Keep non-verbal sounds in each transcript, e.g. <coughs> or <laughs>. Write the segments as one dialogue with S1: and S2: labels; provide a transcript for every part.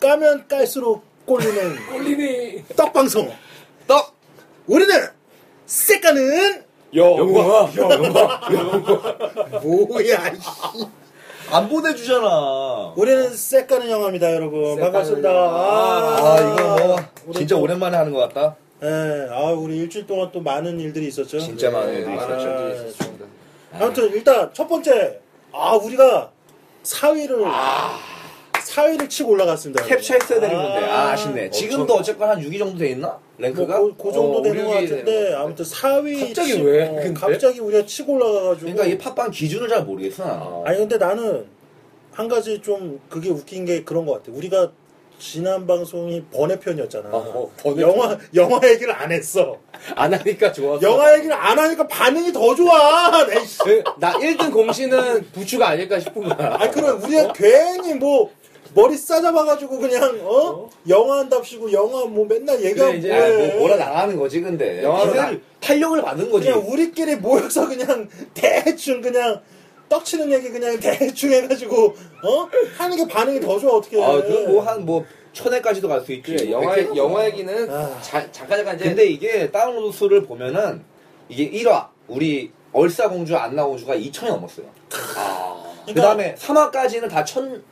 S1: 까면 깔수록
S2: <laughs>
S1: 꼴리는
S3: 꼴리네.
S1: 떡방송.
S2: 떡!
S1: 우리는 색깔은
S3: 영화.
S1: 뭐야? 이
S2: 안 보내주잖아.
S1: 우리는 색깔은 영화입니다, 여러분.
S3: 색깔은
S1: 반갑습니다.
S3: 영화.
S2: 아, 이거 뭐,
S1: 우리
S2: 진짜
S1: 또-
S2: 오랜만에 하는 것 같다.
S1: 예, 아 우리 일주일 동안 또 많은 일들이 있었죠.
S2: 진짜 많은
S4: 네,
S2: 일이
S1: 아,
S2: 있었죠.
S3: 있었습니다.
S1: 아무튼 일단 첫 번째, 아 우리가 사위를 사위를 치고 올라갔습니다. 여러분.
S2: 아. 캡처했어야 되는데. 아, 아쉽네.
S3: 엄청-
S2: 지금도 어쨌거나 한 6위 정도 돼 있나?
S1: 뭐
S2: 랭크가?
S1: 그, 그 정도
S2: 어,
S1: 되는 것
S2: 5, 6위
S1: 같은데
S2: 되는 것
S1: 아무튼 사위
S3: 갑자기
S1: 치-
S3: 왜?
S1: 어,
S3: 근데?
S1: 갑자기 우리가 치고 올라가가지고
S2: 그러니까 이 팟빵 기준을 잘 모르겠어. 나.
S1: 아니 근데 나는 한 가지 좀 그게 웃긴 게 그런 것 같아. 우리가 지난 방송이 번외편이었잖아.
S3: 아, 어, 번외편.
S1: 영화 영화 얘기를 안 했어.
S3: 안 하니까 좋았어.
S1: 영화 얘기를 안 하니까 반응이 더 좋아. <laughs> 내 씨.
S3: 그, 나 1등 공신은 부추가 아닐까 싶은 거야.
S1: 아 그럼 우리가
S2: 어?
S1: 괜히 뭐 머리 싸잡아가지고 그냥 어, 영화 한답시고 영화 뭐 맨날 얘기하고
S3: 그래, 이제
S2: 아,
S1: 뭐해.
S2: 뭐, 뭐라 나가는 거지, 근데.
S3: 영화로
S2: 기세를- 탄력을 받는 거지.
S1: 그냥 우리끼리 모여서 그냥 <laughs> 대충 그냥 떡치는 얘기 그냥 <laughs> 대충 해가지고 어 하는 게 반응이 더 좋아 어떻게?
S2: 아, 그뭐한 뭐, 천회까지도 갈 수
S1: 그
S2: 있지.
S4: 예, 영화
S2: 백회도
S4: 영화
S2: 가나.
S4: 얘기는
S1: 아.
S4: 자- 잠깐 잠깐 이제
S2: 근데 이게 다운로드 수를 보면은, 이게 1화, 우리 얼싸공주, 안나공주가 2천이 넘었어요.
S4: 아,
S2: 그 다음에 3화까지는 다 천,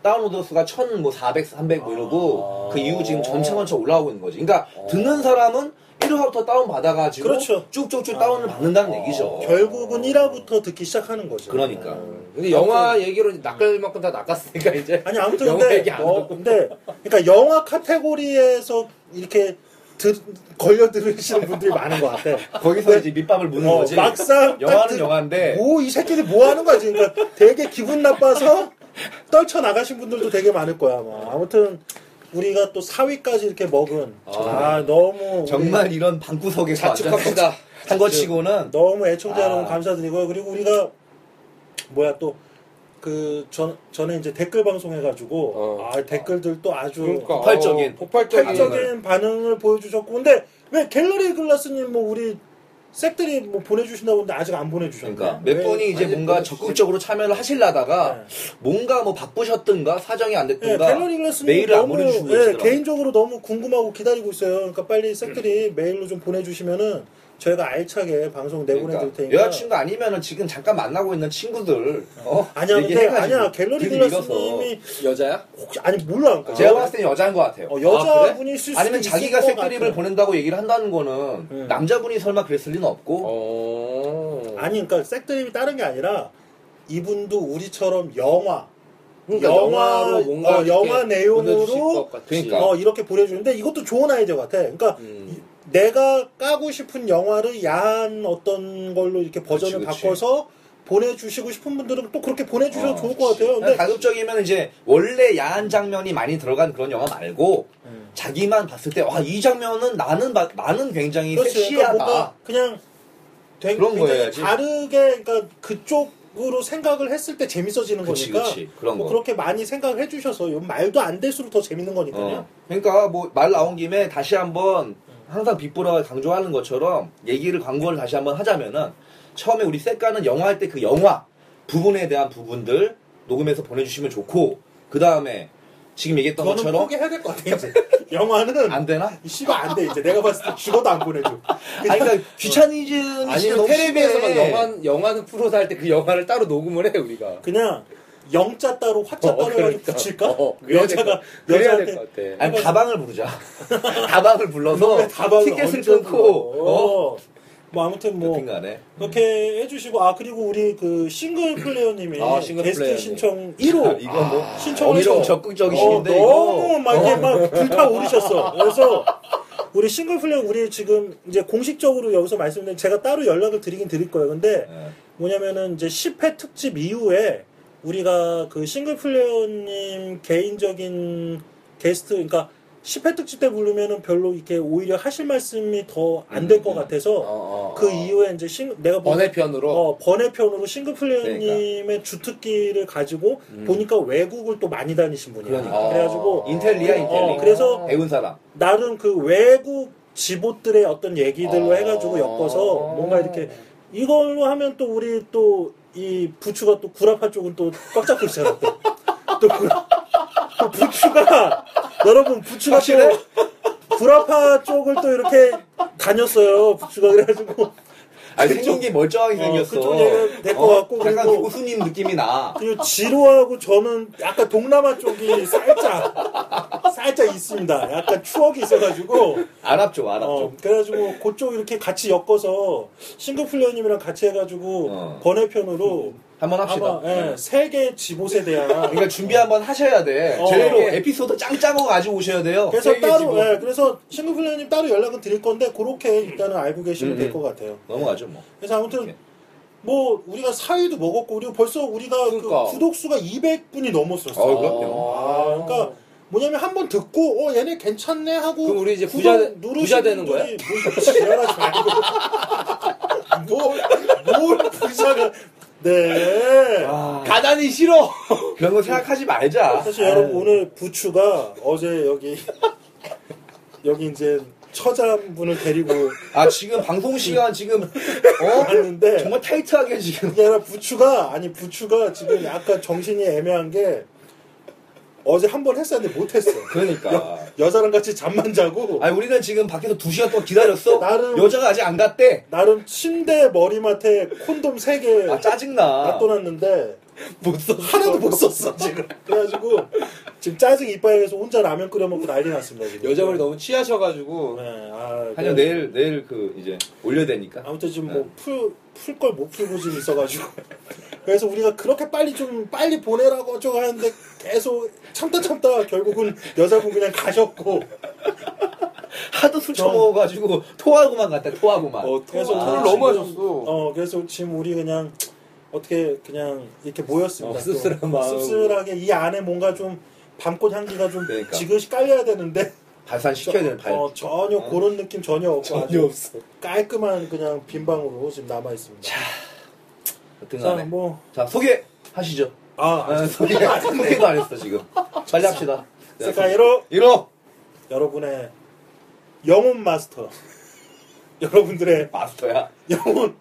S2: 다운로드 수가 천, 뭐, 400, 300, 뭐 이러고,
S3: 아.
S2: 그 이후 지금 전차만차 올라오고 있는 거지. 그러니까, 듣는 사람은 1화부터 다운받아가지고,
S1: 그렇죠.
S2: 쭉쭉쭉 다운을 받는다는 얘기죠.
S1: 결국은 1화부터 듣기 시작하는 거죠.
S2: 그러니까.
S4: 근데 영화 얘기로 낚을 만큼 다 낚았으니까 이제
S1: 아니 아무튼
S4: 영화
S1: 근데
S4: 얘기 안
S1: 어, 근데 그러니까 영화 카테고리에서 이렇게 들, 걸려 들으시는 분들이 많은 것
S2: <laughs>
S1: 같아.
S2: 거기서 이제 밑밥을 무는
S1: 어,
S2: 거지.
S1: 막상
S2: 영화는 영화인데,
S1: 뭐이 새끼들 뭐 하는 거야 지금? 그러니까 되게 기분 나빠서 떨쳐 나가신 분들도 되게 많을 거야. 아마. 아무튼 우리가 또 4위까지 이렇게 먹은 아, 너무 우리-
S2: 정말 이런 방구석에서
S4: 자축합시다.
S2: 한거 치고는
S1: 너무 애청자 여러분
S2: 아.
S1: 감사드리고요. 그리고 우리가 뭐야 또 그 전 전에 이제 댓글 방송 해가지고
S4: 어.
S1: 아 댓글들도 아주
S4: 그러니까,
S2: 폭발적인.
S4: 어, 폭발적인
S2: 네.
S1: 폭발적인 반응을 보여주셨고 근데 왜 갤러리 글라스님 뭐 우리 색들이 뭐 보내주신다고 했는데 아직 안 보내주셨네.
S2: 그러니까 몇
S1: 왜-
S2: 분이 이제
S4: 아니,
S2: 뭔가
S4: 뭐,
S2: 적극적으로 참여를 하시려다가
S1: 네.
S2: 뭔가 뭐 바쁘셨든가 사정이 안
S1: 예,
S2: 됐든가
S1: 갤러리 글라스님
S2: 메일을 안
S1: 너무
S2: 보내주시고
S1: 예,
S2: 계시더라고요.
S1: 개인적으로 너무 궁금하고 기다리고 있어요. 그러니까 빨리
S2: 음.
S1: 색들이 메일로 좀 보내주시면은 저희가 알차게 방송 내보내드릴
S2: 그러니까
S1: 테니까.
S2: 여자친구 아니면은 지금 잠깐 만나고 있는 친구들 어?
S1: 음. 아니야 근데
S2: 얘기해가지고
S1: 아니야 갤러리
S2: 등
S1: 글라스님이
S2: 밀어서. 어.
S4: 여자야?
S1: 혹시 아니 몰라 그러니까
S2: 제가 봤을 땐 여자인 것 같아요
S1: 어, 여자분이 있을 수도
S2: 아니면
S1: 있을
S2: 자기가
S1: 것
S2: 색드립을
S1: 같아요.
S2: 보낸다고 얘기를 한다는 거는
S1: 음.
S2: 남자분이 설마 그랬을 리는 없고
S4: 어.
S1: 아니 그러니까 색드립이 다른 게 아니라 이분도 우리처럼 영화
S4: 그러니까 영화로 뭔가
S1: 어, 영화
S4: 이렇게 보내주실
S1: 내용으로
S4: 것 같이.
S2: 그러니까.
S1: 어, 이렇게 보내주는데 이것도 좋은 아이디어 같아. 그러니까
S4: 음.
S1: 내가 까고 싶은 영화를 야한 어떤 걸로 이렇게 버전을
S2: 그치.
S1: 바꿔서 보내주시고 싶은 분들은 또 그렇게 보내주셔도
S2: 어,
S1: 좋을 것 같아요. 근데
S2: 가급적이면 이제 원래 야한 장면이 많이 들어간 그런 영화 말고
S1: 음.
S2: 자기만 봤을 때 와 이 장면은 나는 바- 나는 굉장히
S1: 그렇지. 그러니까
S2: 섹시하다
S1: 뭔가 그냥 되-
S2: 그런
S1: 굉장히
S2: 거여야지.
S1: 다르게 그러니까 그쪽으로 생각을 했을 때 재밌어지는
S2: 그치,
S1: 거니까
S2: 그치. 그런
S1: 뭐
S2: 거.
S1: 그렇게 많이 생각을 해주셔서 요 말도 안 될수록 더 재밌는 거니까요.
S2: 어. 그러니까 뭐 말 나온 김에 다시 한번 항상 빅브라가 강조하는 것처럼 얘기를 광고를 다시 한번 하자면은 처음에 우리 셋가는 영화 할 때 그 영화 부분에 대한 부분들 녹음해서 보내주시면 좋고 그 다음에 지금 얘기했던
S1: 그거는
S2: 것처럼
S1: 포기해야 될 것 같아 이제 <laughs> 영화는
S2: 안 되나?
S1: 이 씨발 안돼 이제 내가 봤을 때 죽어도 안 보내줘.
S2: 아니
S1: <laughs>
S2: 그러니까 네. 귀차니즘이 진짜
S4: 아니면
S2: 너무
S4: 텔레비에서 막
S2: 심해.
S4: 영화 영화는 프로서 할 때 그 영화를 따로 녹음을 해 우리가.
S1: 그냥 영자 따로
S2: 어,
S1: 화자 따로 해가지고
S2: 그러니까.
S1: 붙일까?
S4: 어,
S1: 그
S4: 그래야 될것
S1: 여자가
S4: 같아. 그래야 될
S1: 여자한테
S4: 것 같아.
S2: 아니 다방을 부르자. 다방을 불러서
S1: 그놈의 다방을
S2: 어, 티켓을
S1: 얹어
S2: 끊고 어?
S1: 불러. 뭐 아무튼 뭐
S2: 여튼간에
S1: 그렇게 해주시고 아 그리고 우리 그 싱글 플레이어님이
S4: 아, 싱글
S1: 게스트
S4: 플레이어님.
S1: 신청
S2: 아,
S1: 1호
S2: 이거 뭐
S1: 신청을
S2: 엄청
S1: 해서 어,
S2: 적극적이신데
S1: 너무
S2: 이거
S1: 막 이렇게
S4: 어.
S1: 막 불타오르셨어. 그래서 우리 싱글 플레이어 우리 지금 이제 공식적으로 여기서 말씀드린 제가 따로 연락을 드리긴 드릴 거예요. 근데
S2: 예.
S1: 뭐냐면은 이제 10회 특집 이후에 우리가 그 싱글 플레이어님 개인적인 게스트 그러니까 10회 특집 때 부르면은 별로 이렇게 오히려 하실 말씀이 더 안 될 것
S4: 어,
S1: 같아서
S4: 어,
S1: 그
S4: 어.
S1: 이후에 이제 싱 내가 본
S4: 번외편으로
S2: 그러니까.
S1: 어, 번외편으로 싱글 플레이어님의 주특기를 가지고 보니까 외국을 또 많이 다니신 분이야.
S2: 음. 그러니까.
S1: 래가지고
S2: 인텔리아 인텔리
S1: 어, 그래서
S2: 배운 사람
S1: 나름 그 외국 지봇들의 어떤 얘기들로
S4: 아.
S1: 해가지고 엮어서 뭔가 이렇게 이걸로 하면 또 우리 또 이 부추가 또 구라파 쪽은 또 꽉 잡고 있잖아 또, 또 구라 그 부추가 여러분 부추가
S2: 확실해?
S1: 또 구라파 쪽을 또 이렇게 다녔어요. 부추가 그래가지고
S2: 아니 생긴 게 멀쩡하게
S1: 어,
S2: 생겼어.
S1: 그쪽 얘는 될것 같고,
S2: 약간
S1: 그리고-
S2: 교수님 느낌이 나.
S1: 그리고 지루하고 저는 약간 동남아 쪽이 살짝 살짝 있습니다. 약간 추억이 있어가지고
S2: 아랍 쪽 아랍
S1: 어,
S2: 쪽.
S1: 그래가지고 그쪽 이렇게 같이 엮어서 싱글플레어님이랑 같이 해가지고
S2: 어.
S1: 번외편으로
S2: 한번 합시다. 네.
S1: 아마 예, 세계 지봇에 대한
S2: <laughs> 그러니까 준비 한번 하셔야 돼.
S1: 어.
S2: 제대로 에피소드 짱짱하고 가지고 오셔야 돼요.
S1: 그래서
S3: 세계
S1: 따로
S3: 지봇.
S1: 예, 그래서 싱글플레어님 따로 연락은 드릴 건데 그렇게 일단은 알고 계시면
S2: 음,
S1: 될 것 같아요.
S2: 넘어가죠 뭐.
S1: 그래서 아무튼
S2: 네.
S1: 뭐 우리가 사위도 먹었고 그리고 벌써 우리가 그
S3: 그러니까.
S1: 구독수가 200분이 넘었었어.
S2: 어,
S1: 요
S2: 그럼요.
S1: 아,
S4: 어.
S1: 그러니까 뭐냐면 한 번 듣고 어 얘네 괜찮네 하고
S3: 어. 그럼 우리 이제
S1: 구독
S3: 부자 되-
S1: 누르신
S3: 부자 되는
S1: 분들이 뭐 지랄하지 말고 뭘뭘 부자가 네
S2: 아,
S3: 가단이 싫어.
S2: 그런 거 생각하지 말자.
S1: 사실 여러분 오늘 부추가 어제 여기 여기 이제 처자분을 데리고
S2: 아 지금 방송 시간 지금 어
S1: 왔는데
S2: 정말 타이트하게 지금.
S1: 그게 아니라 부추가 아니 부추가 지금 약간 정신이 애매한 게 어제 한 번 했었는데 못했어
S2: 그러니까.
S1: 여자랑 같이 잠만 자고
S2: 아니 우리는 지금 밖에서 두 시간 동안 기다렸어.
S1: 나름-
S2: 여자가 아직 안 갔대.
S1: 나름 침대 머리맡에 콘돔 3개
S2: 아 짜증나.
S1: 놔둬놨는데
S3: 못 써.
S1: 하나도 못 썼어 지금 그래가지고 지금 짜증 이빨에서 혼자 라면 끓여 먹고 난리 났습니다 지금
S3: 여자분이 너무 취하셔가지고
S1: 네, 아, 그래.
S2: 하여 내일 내일 그 이제 올려야 되니까.
S1: 아무튼 지금 뭐풀풀 걸 못 풀고 지금 있어가지고 <laughs> 그래서 우리가 그렇게 빨리 좀 빨리 보내라고 어쩌고 하는데 계속 참다 참다 결국은 여자분 그냥 가셨고
S2: 하도 술 처먹어가지고 토하고만 갔다 토하고만.
S3: 어,
S1: 그래서
S3: 토를
S1: 아,
S3: 너무
S1: 지금-
S3: 하셨어.
S1: 어 그래서 지금 우리 그냥 어떻게 그냥 이렇게 모였습니다
S3: 어,
S1: 또.
S3: 씁쓸한 마음.
S1: 씁쓸하게 이 안에 뭔가 좀 밤꽃 향기가 좀
S2: 그러니까.
S1: 지그시 깔려야 되는데
S2: 발산 시켜야 되는 발.
S1: 어, 전혀 그런 느낌 전혀 없고 아주
S3: 없어.
S1: 깔끔한 그냥 빈 방으로 지금 남아 있습니다. 자,
S2: 등간에.
S1: 뭐
S2: 자 소개 하시죠.
S1: 아,
S2: 아, 소개 소개도 안 했어 지금. 빨리 합시다.
S1: 세카이로
S2: 이로
S1: 여러분의 영혼 마스터, <laughs> 여러분들의
S2: 마스터야.
S1: 영혼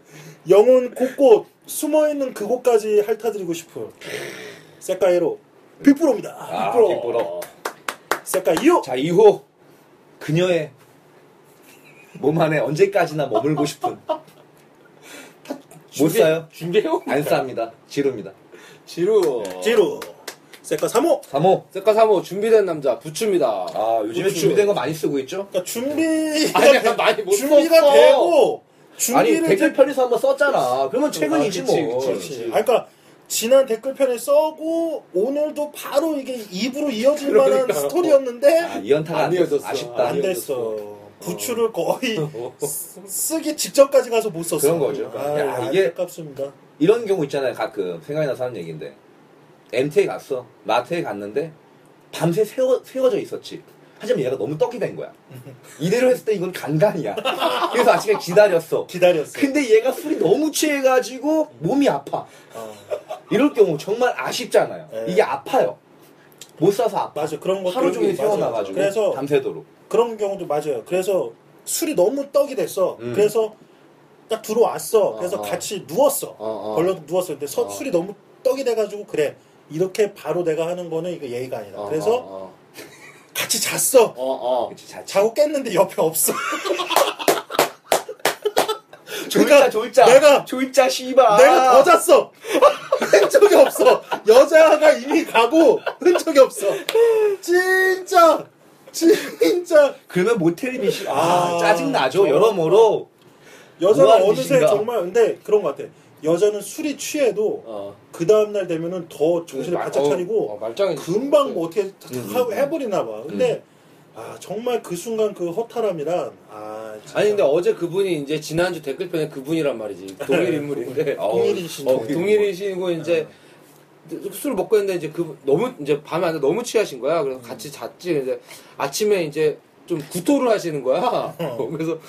S1: 영혼 곳곳 숨어 있는 그곳까지 핥아드리고 싶은 세카이로 빅브로입니다.
S2: 아,
S1: 빅브로,
S2: 빅브로.
S1: 세카이요.
S2: 자 2호 그녀의 몸 안에 언제까지나 머물고 싶은 못
S1: 그러니까
S2: 사요?
S3: 준비해요?
S2: 안 쌉니다. 지루입니다.
S3: 지루.
S1: 지루, 세카 3호.
S2: 3호
S3: 세카 3호 준비된 남자 부추입니다.
S2: 아 뭐. 요즘에
S1: 고추.
S2: 준비된 거 많이 쓰고 있죠?
S1: 그러니까 준비
S3: 아니야, 많이 못
S1: 준비가
S3: 썼어.
S1: 되고
S2: 아니
S1: 준비를 이제
S2: 댓글편에서 한번 썼잖아. 그러면 최근이지
S3: 아,
S2: 뭐.
S3: 그치, 그치,
S1: 그렇지. 아, 그러니까 지난 댓글편에 써고 오늘도 바로 이게 입으로 이어질 만한
S3: 그러니까요.
S1: 스토리였는데
S2: 아, 이연타가
S3: 안
S2: 안
S3: 이어졌어.
S2: 됐어. 아쉽다.
S1: 안 됐어. 부추를
S2: <laughs>
S1: 거의 쓰- 쓰기 직전까지 가서 못 썼어.
S2: 그런 거죠.
S1: 아,
S2: 야,
S1: 아,
S2: 이게-
S1: 아깝습니다.
S2: 이런 경우 있잖아요. 가끔 생각이 나서 하는 얘기인데 MT에 갔어. 마트에 갔는데 밤새 세워, 세워져 있었지. 하지만 얘가 너무 떡이 된 거야. 이대로 했을 때 이건 간간이야. 그래서 아침에 기다렸어.
S1: 기다렸어.
S2: 근데 얘가 술이 너무 취해가지고 몸이 아파.
S1: 어,
S2: 이럴 경우 정말 아쉽잖아요.
S1: 네.
S2: 이게 아파요. 못 사서 아파.
S1: 맞아. 그런 것도
S2: 하루 종일
S1: 있고, 맞아.
S2: 세워놔가지고
S1: 그래서
S2: 밤새도록.
S1: 그런 경우도 맞아요. 그래서 술이 너무 떡이 됐어.
S2: 음.
S1: 그래서 딱 들어왔어. 그래서
S3: 어, 어.
S1: 같이 누웠어.
S3: 어, 어.
S1: 걸러 누웠어. 근데 서-
S3: 어.
S1: 술이 너무 떡이 돼가지고 그래. 이렇게 바로 내가 하는 거는 이거 예의가 아니다.
S3: 어,
S1: 그래서
S3: 어,
S1: 같이 잤어.
S3: 어, 어. 어.
S2: 그치, 자, 자,
S1: 자고 깼는데 옆에 없어.
S2: 졸자, 졸자.
S1: 내가-
S2: 졸자, 씨발.
S1: 내가 더 잤어. <laughs> 흔적이 없어. 여자가 이미 가고 흔적이 없어. 진짜 진짜
S2: 그러면 모텔이 미시, 아,
S1: 아,
S2: 짜증나죠.
S1: 저-
S2: 여러모로. 뭐
S1: 여자는
S2: 하는
S1: 어느새
S2: 짓인가?
S1: 정말 근데 그런 것 같아. 여자는 술이 취해도
S3: 어.
S1: 그 다음 날 되면은 더 정신을
S3: 말-
S1: 바짝
S3: 어,
S1: 차리고
S3: 어, 말짱이지.
S1: 금방 뭐 어떻게
S2: 음,
S1: 하-
S2: 음.
S1: 해버리나 봐. 근데 아 정말 그 순간 그 허탈함이란 아 진짜.
S3: 아니 근데 어제 그분이 이제 지난주 댓글편에 그분이란 말이지 네. 동일 인물인데
S2: 어,
S1: 동일이신
S3: 어,
S1: 어,
S3: 동일이시고 이제 술 먹고 했는데 이제 그 너무 이제 밤에 앉아 너무 취하신 거야. 어. <laughs> 그래서 같이 잤지. 근데 아침에 이제 좀 구토를 하시는 거야. 그래서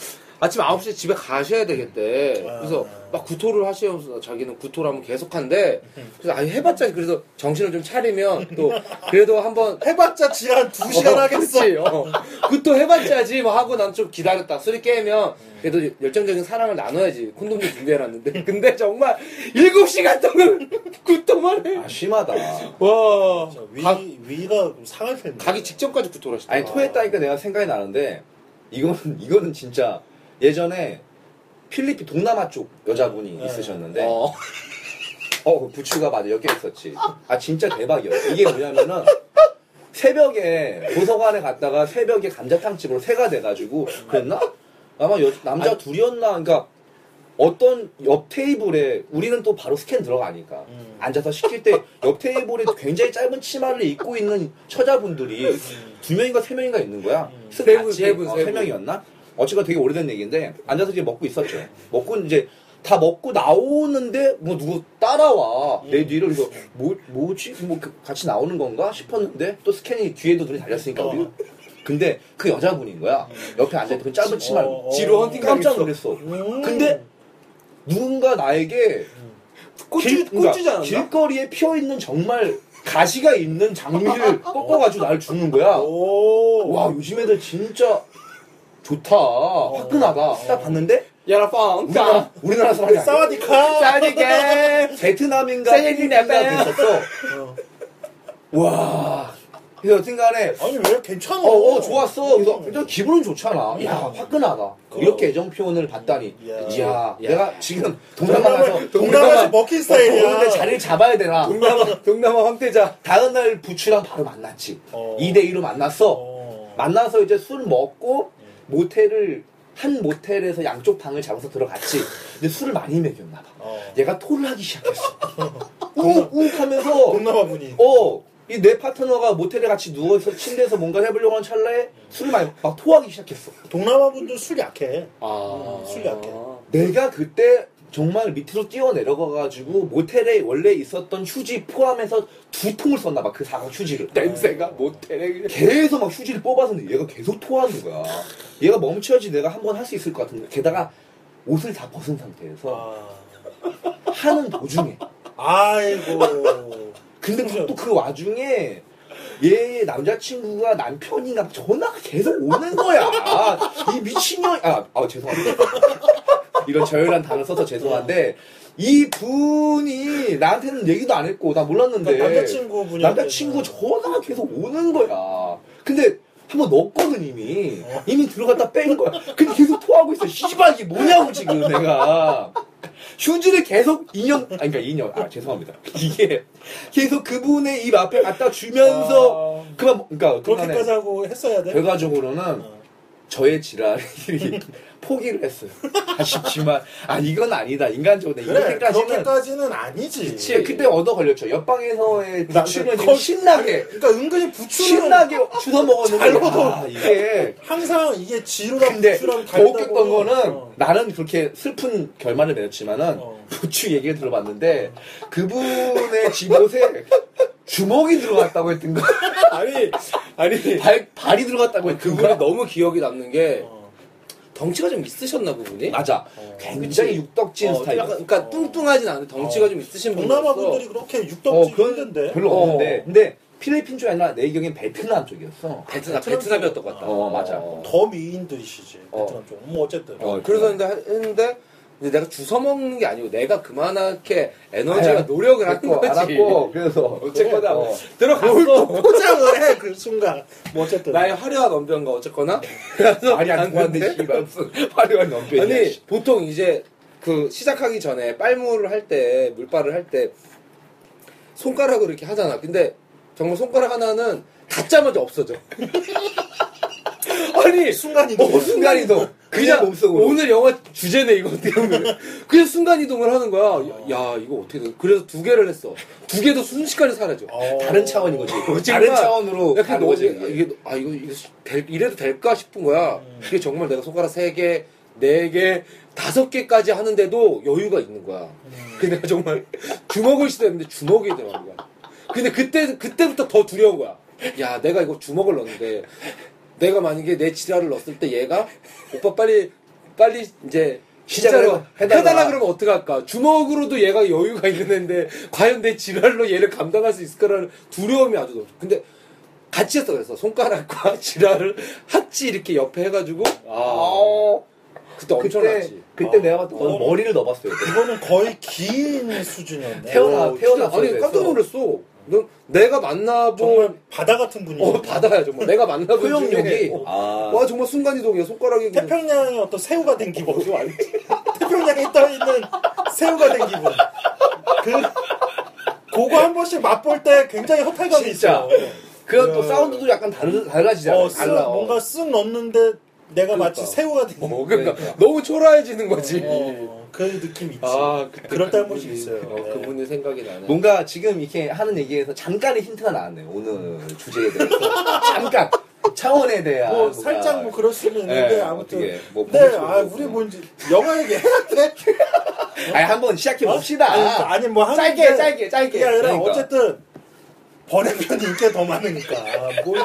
S3: 아침 9시에 집에 가셔야 되겠대.
S1: 아.
S3: 그래서 막 구토를 하시면서 자기는 구토를 하면 계속 한대. 그래서 아니 해봤자 그래서 정신을 좀 차리면 또 그래도 한번
S4: 해봤자 지난 두 시간
S3: 어,
S4: 하겠어.
S3: 그치, 어. 그것도 해봤자지 뭐 하고 난 좀 기다렸다. 술이 깨면 그래도 열정적인 사랑을 나눠야지. 콘돔도 준비해놨는데. <laughs> 근데 정말 일곱 시간 동안 <laughs> 구토만 해.
S2: 아 심하다.
S3: 와.
S1: 진짜
S3: 각-
S1: 위, 위가 좀 상할 텐데.
S3: 가기 직전까지 구토를 하시더라.
S2: 아니 토했다니까 내가 생각이 나는데 이거는 이거는 진짜 예전에 필리핀 동남아 쪽 여자분이
S1: 네.
S2: 있으셨는데 어,
S3: 어.
S2: 그 부추가 맞아 엮여 있었지. 아 진짜 대박이었어. 이게 뭐냐면은 새벽에 도서관에 갔다가 새벽에 감자탕집으로 새가 돼가지고 그랬나? 아마 여- 남자 둘이었나? 그러니까 어떤 옆 테이블에 우리는 또 바로 스캔 들어가니까
S1: 음.
S2: 앉아서 시킬 때 옆 테이블에 굉장히 짧은 치마를 입고 있는 처자분들이 두 명인가 세 명인가 있는 거야.
S1: 음.
S3: 세
S2: 쓱
S3: 분,
S2: 같이
S3: 세 분,
S2: 어,
S3: 세
S2: 세
S3: 분.
S2: 명이었나? 어쨌건 되게 오래된 얘기인데 앉아서 이제 먹고 있었죠. 먹고 이제 다 먹고 나오는데 뭐 누구 따라와 내 뒤를 이거 뭐 뭐지 뭐 그- 같이 나오는 건가 싶었는데 또 스캔이 뒤에도 눈이 달렸으니까
S1: 어.
S2: 우리 근데 그 여자분인 거야. 옆에 앉아있던 그 짧은 치마
S1: 어, 어.
S3: 지루 헌팅
S2: 깜짝 놀랐어.
S1: 음.
S2: 근데 누군가 나에게
S3: 꼴찌,
S2: 길- 그러니까
S3: 꼴찌지 않았나?
S2: 길거리에 피어 있는 정말 가시가 있는 <laughs> 장미를 꺾어가지고 날 주는 거야.
S1: 오.
S2: 와 요즘 애들 진짜 좋다 화끈하다 딱 봤는데
S3: 야라 팡.
S2: 우리나라 우리나라 사람이 아니야
S1: 사와디카.
S3: 짜리게.
S2: 베트남인가
S3: 사장님
S2: 필리핀인가
S3: 나빠요.
S2: 있었어
S1: 어.
S2: 와 그래서 여튼간에
S1: 아니 왜 괜찮아?
S2: 어, 어 좋았어 그래서
S1: 음.
S2: 일단 기분은 좋잖아 야 화끈하다 이렇게 애정 표현을 받다니
S1: 어. 야.
S2: 이야, 내가 지금 동남아 가서
S1: 동남아 동남아에서 버킷 스타일이야.
S2: 오는데 자리를 잡아야 되나 <laughs>
S3: 동남아, 동남아 황태자.
S2: 다음날 부추랑 바로 만났지
S1: 어.
S2: 2대2로 만났어
S1: 어. 음.
S2: 만나서 이제 술 먹고 모텔을 한 모텔에서 양쪽 방을 잡아서 들어갔지. 근데 술을 많이 먹였나 봐.
S1: 어.
S2: 얘가 토를 하기 <laughs> 시작했어. 우욱하면서
S1: 동남아 분이.
S2: 어. 이 내 파트너가 모텔에 같이 누워서 침대에서 뭔가 해보려고 하는 찰나에 술을 많이 막 토하기 시작했어.
S1: 동남아 분도 술 약해.
S3: 아.
S1: 음, 술 약해.
S2: 내가 그때 정말 밑으로 뛰어 내려가가지고 모텔에 원래 있었던 휴지 포함해서 두 통을 썼나 봐. 그 사각 휴지를.
S3: 냄새가 모텔에 그냥.
S2: 계속 막 휴지를 뽑아서는 얘가 계속 토하는 거야. 얘가 멈춰야지 내가 한 번 할 수 있을 것 같은데. 게다가 옷을 다 벗은 상태에서
S1: 아.
S2: 하는 도중에.
S1: 아이고.
S2: 근데
S1: 그렇죠.
S2: 또 그 와중에 얘의 남자친구가 남편인가 전화가 계속 오는 거야. 이 미친년. 아, 아 죄송합니다. 이런 저열한 단어 써서 죄송한데 이 분이 나한테는 얘기도 안 했고 나 몰랐는데
S1: 그러니까 남자친구 분이
S2: 남자친구 전화가 계속 오는 거야. 근데 한 번 넣었거든 이미 이미 들어갔다 뺀 거야. 근데 계속 토하고 있어. 씨발 이게 뭐냐고 지금 내가 휴지를 계속 인형 아 그러니까 인형 아 죄송합니다. <laughs> 이게 계속 그분의 입 앞에 갖다 주면서
S3: 아.
S2: 그만 그러니까
S1: 그렇게까지
S2: 그만해.
S1: 하고 했어야
S2: 그러니까
S1: 돼?
S2: 결과적으로는
S1: 어. <laughs>
S2: 저의 지랄이 포기를 했어요. 아쉽지만 아 이건 아니다 인간적으로
S1: 그래
S2: 이렇게까지는
S1: 그렇게까지는 아니지.
S2: 예, 그때 얻어 걸렸죠. 옆방에서의
S1: 나
S2: 부추는
S1: 거-
S2: 지금 신나게
S1: 그러니까 은근히 부추는
S2: 신나게 주워
S1: 잘
S2: 먹었는데
S1: 먹어.
S2: 아, 이게
S1: 항상 이게 지루랑
S2: 근데
S1: 부추랑
S2: 더
S1: 다르다고.
S2: 웃겼던 거는
S1: 어.
S2: 나는 그렇게 슬픈 결말을 맺었지만은
S1: 어.
S2: 부추 얘기를 들어봤는데 그분의 집옷에 주먹이 들어갔다고 했던 거
S3: 아니, 아니.
S2: 발 발이 들어갔다고 했던
S3: 그분이 <laughs>
S2: 거
S3: 너무 기억에 남는 게
S1: 어.
S3: 덩치가 좀 있으셨나 그분이?
S2: 맞아 굉장히 육덕진
S3: 어,
S2: 스타일
S3: 약간, 어. 그러니까 뚱뚱하진 않은데 덩치가 좀 있으신 분.
S1: 동남아 분들이 그렇게
S2: 어
S1: 육덕지
S2: 그건
S1: 힘든데.
S2: 별로
S3: 어.
S2: 없는데 근데 필리핀 쪽이 아니라 내 기억엔 베트남 쪽이었어
S3: 베트남 베트남이었던 것 같다.
S2: 어, 맞아.
S1: 더 미인들이시지
S3: 어.
S1: 베트남 쪽은 뭐 어쨌든
S2: 어.
S3: 그래서 근데 하- 했는데 이제 내가 주워 먹는 게 아니고 내가 그만하게 에너지와 노력을 하는
S2: 그거
S3: 거지.
S2: 아, 알았고 그래서
S3: <laughs> 어쨌거나
S2: 어.
S3: 들어갔어.
S1: 포장을 해 그 순간 뭐 어쨌든
S3: <laughs> 나의 화려한 언변과 어쨌거나
S2: 네.
S3: <laughs>
S2: 말이 안 통하는데 씨발 무슨 <laughs> 화려한 연변이야
S3: 아니
S2: 씨.
S3: 보통 이제 그 시작하기 전에 빨무를 할 때 물빨을 할 때 손가락으로 이렇게 하잖아. 근데 정말 손가락 하나는 닿자마자 없어져. <laughs> 아니
S1: 순간 이동
S2: 뭐
S3: 어, 순간 이동.
S2: 그냥
S3: 그냥
S2: 몸속으로.
S3: 오늘 영화 주제네 이거 어떻게 보면. 그냥 순간 이동을 하는 거야. 야 이거 어떻게 돼? 그래서 두 개를 했어. 두 개도 순식간에 사라져.
S1: 어.
S2: 다른 차원인 거지 다른
S3: 정말 약간
S2: 차원으로
S3: 네,
S2: 네, 다른
S3: 그러니까 너무
S2: 거지
S3: 이게, 이게 아 이거 이거 될- 이래도 될까 싶은 거야.
S2: 음.
S3: 이게 정말 내가 손가락 세 개, 네 개, 다섯 개까지 하는데도 여유가 있는 거야.
S2: 음.
S3: 근데 내가 정말 주먹을 시도했는데 주먹이 들어간 거야. 근데 그때 그때부터 더 두려운 거야. 야 내가 이거 주먹을 넣는데 내가 만약에 내 지랄을 넣었을 때 얘가 오빠 빨리 빨리 이제
S2: 시작을
S3: 진짜로
S2: 해달라.
S3: 해달라. 그러면 어떡할까? 주먹으로도 얘가 여유가 있는 애인데 과연 내 지랄로 얘를 감당할 수 있을까라는 두려움이 아주 높죠. 근데 같이 했어 그래서 손가락과 <laughs> 지랄을 하치 이렇게 옆에 해가지고 아 그때 엄청났지.
S2: 그때
S1: 아.
S2: 내가 봤을 때 저는 머리를 넣어봤어요.
S1: 이거는 거의 긴 수준이었네.
S2: 태어- 태어나-
S3: 어, 진짜,
S2: 태어났어야
S3: 아니
S2: 됐어.
S3: 깜짝 놀랐어. 넌 내가 만나본
S1: 정말 바다 같은
S3: 어
S1: 분위기.
S3: 받아야 정말 내가 만나본 중에
S2: 소용력이
S1: 어.
S2: 아.
S3: 와 정말 순간 이동이야 손가락이 그냥
S1: 태평양의 어떤 새우가 된 기분. <laughs> 태평양에 떠 있는 새우가 된 기분. 그 그거 한 번씩 맛볼 때 굉장히 허탈감이
S2: 진짜.
S1: 있어.
S2: 그건 또 사운드도 약간 다르, 달라지잖아.
S1: 어, 쓰, 뭔가 쓱 넣는데 내가
S2: 그러니까.
S1: 마치 새우가 된 기분.
S3: 어, 그러니까 너무 초라해지는 거지.
S1: 어, 그 느낌 있지.
S3: 아,
S1: 그럴 때 한 번씩 있어요.
S3: 어,
S1: 네.
S3: 그분이 생각이 나네.
S2: 뭔가 지금 이렇게 하는 얘기에서 잠깐의 힌트가 나왔네요. 오늘
S1: <laughs>
S2: 주제에 대해서. 잠깐! 차원에 대한.
S1: 뭐
S2: 뭔가.
S1: 살짝 뭐 그럴 수는 있는데
S2: 예,
S1: 아무튼
S2: 어떻게, 뭐
S1: 네,
S2: 부딪히고
S1: 아 우리
S2: 그러구나.
S1: 뭔지 영화 얘기 해야 돼?
S2: 아니, 한번 시작해
S1: 아니,
S2: 봅시다.
S1: 아니 뭐 하는
S2: 짧게,
S1: 게
S2: 짧게, 짧게.
S1: 그게 아니라
S2: 그러니까.
S1: 어쨌든 번외편 인기가 더 많으니까 뭘-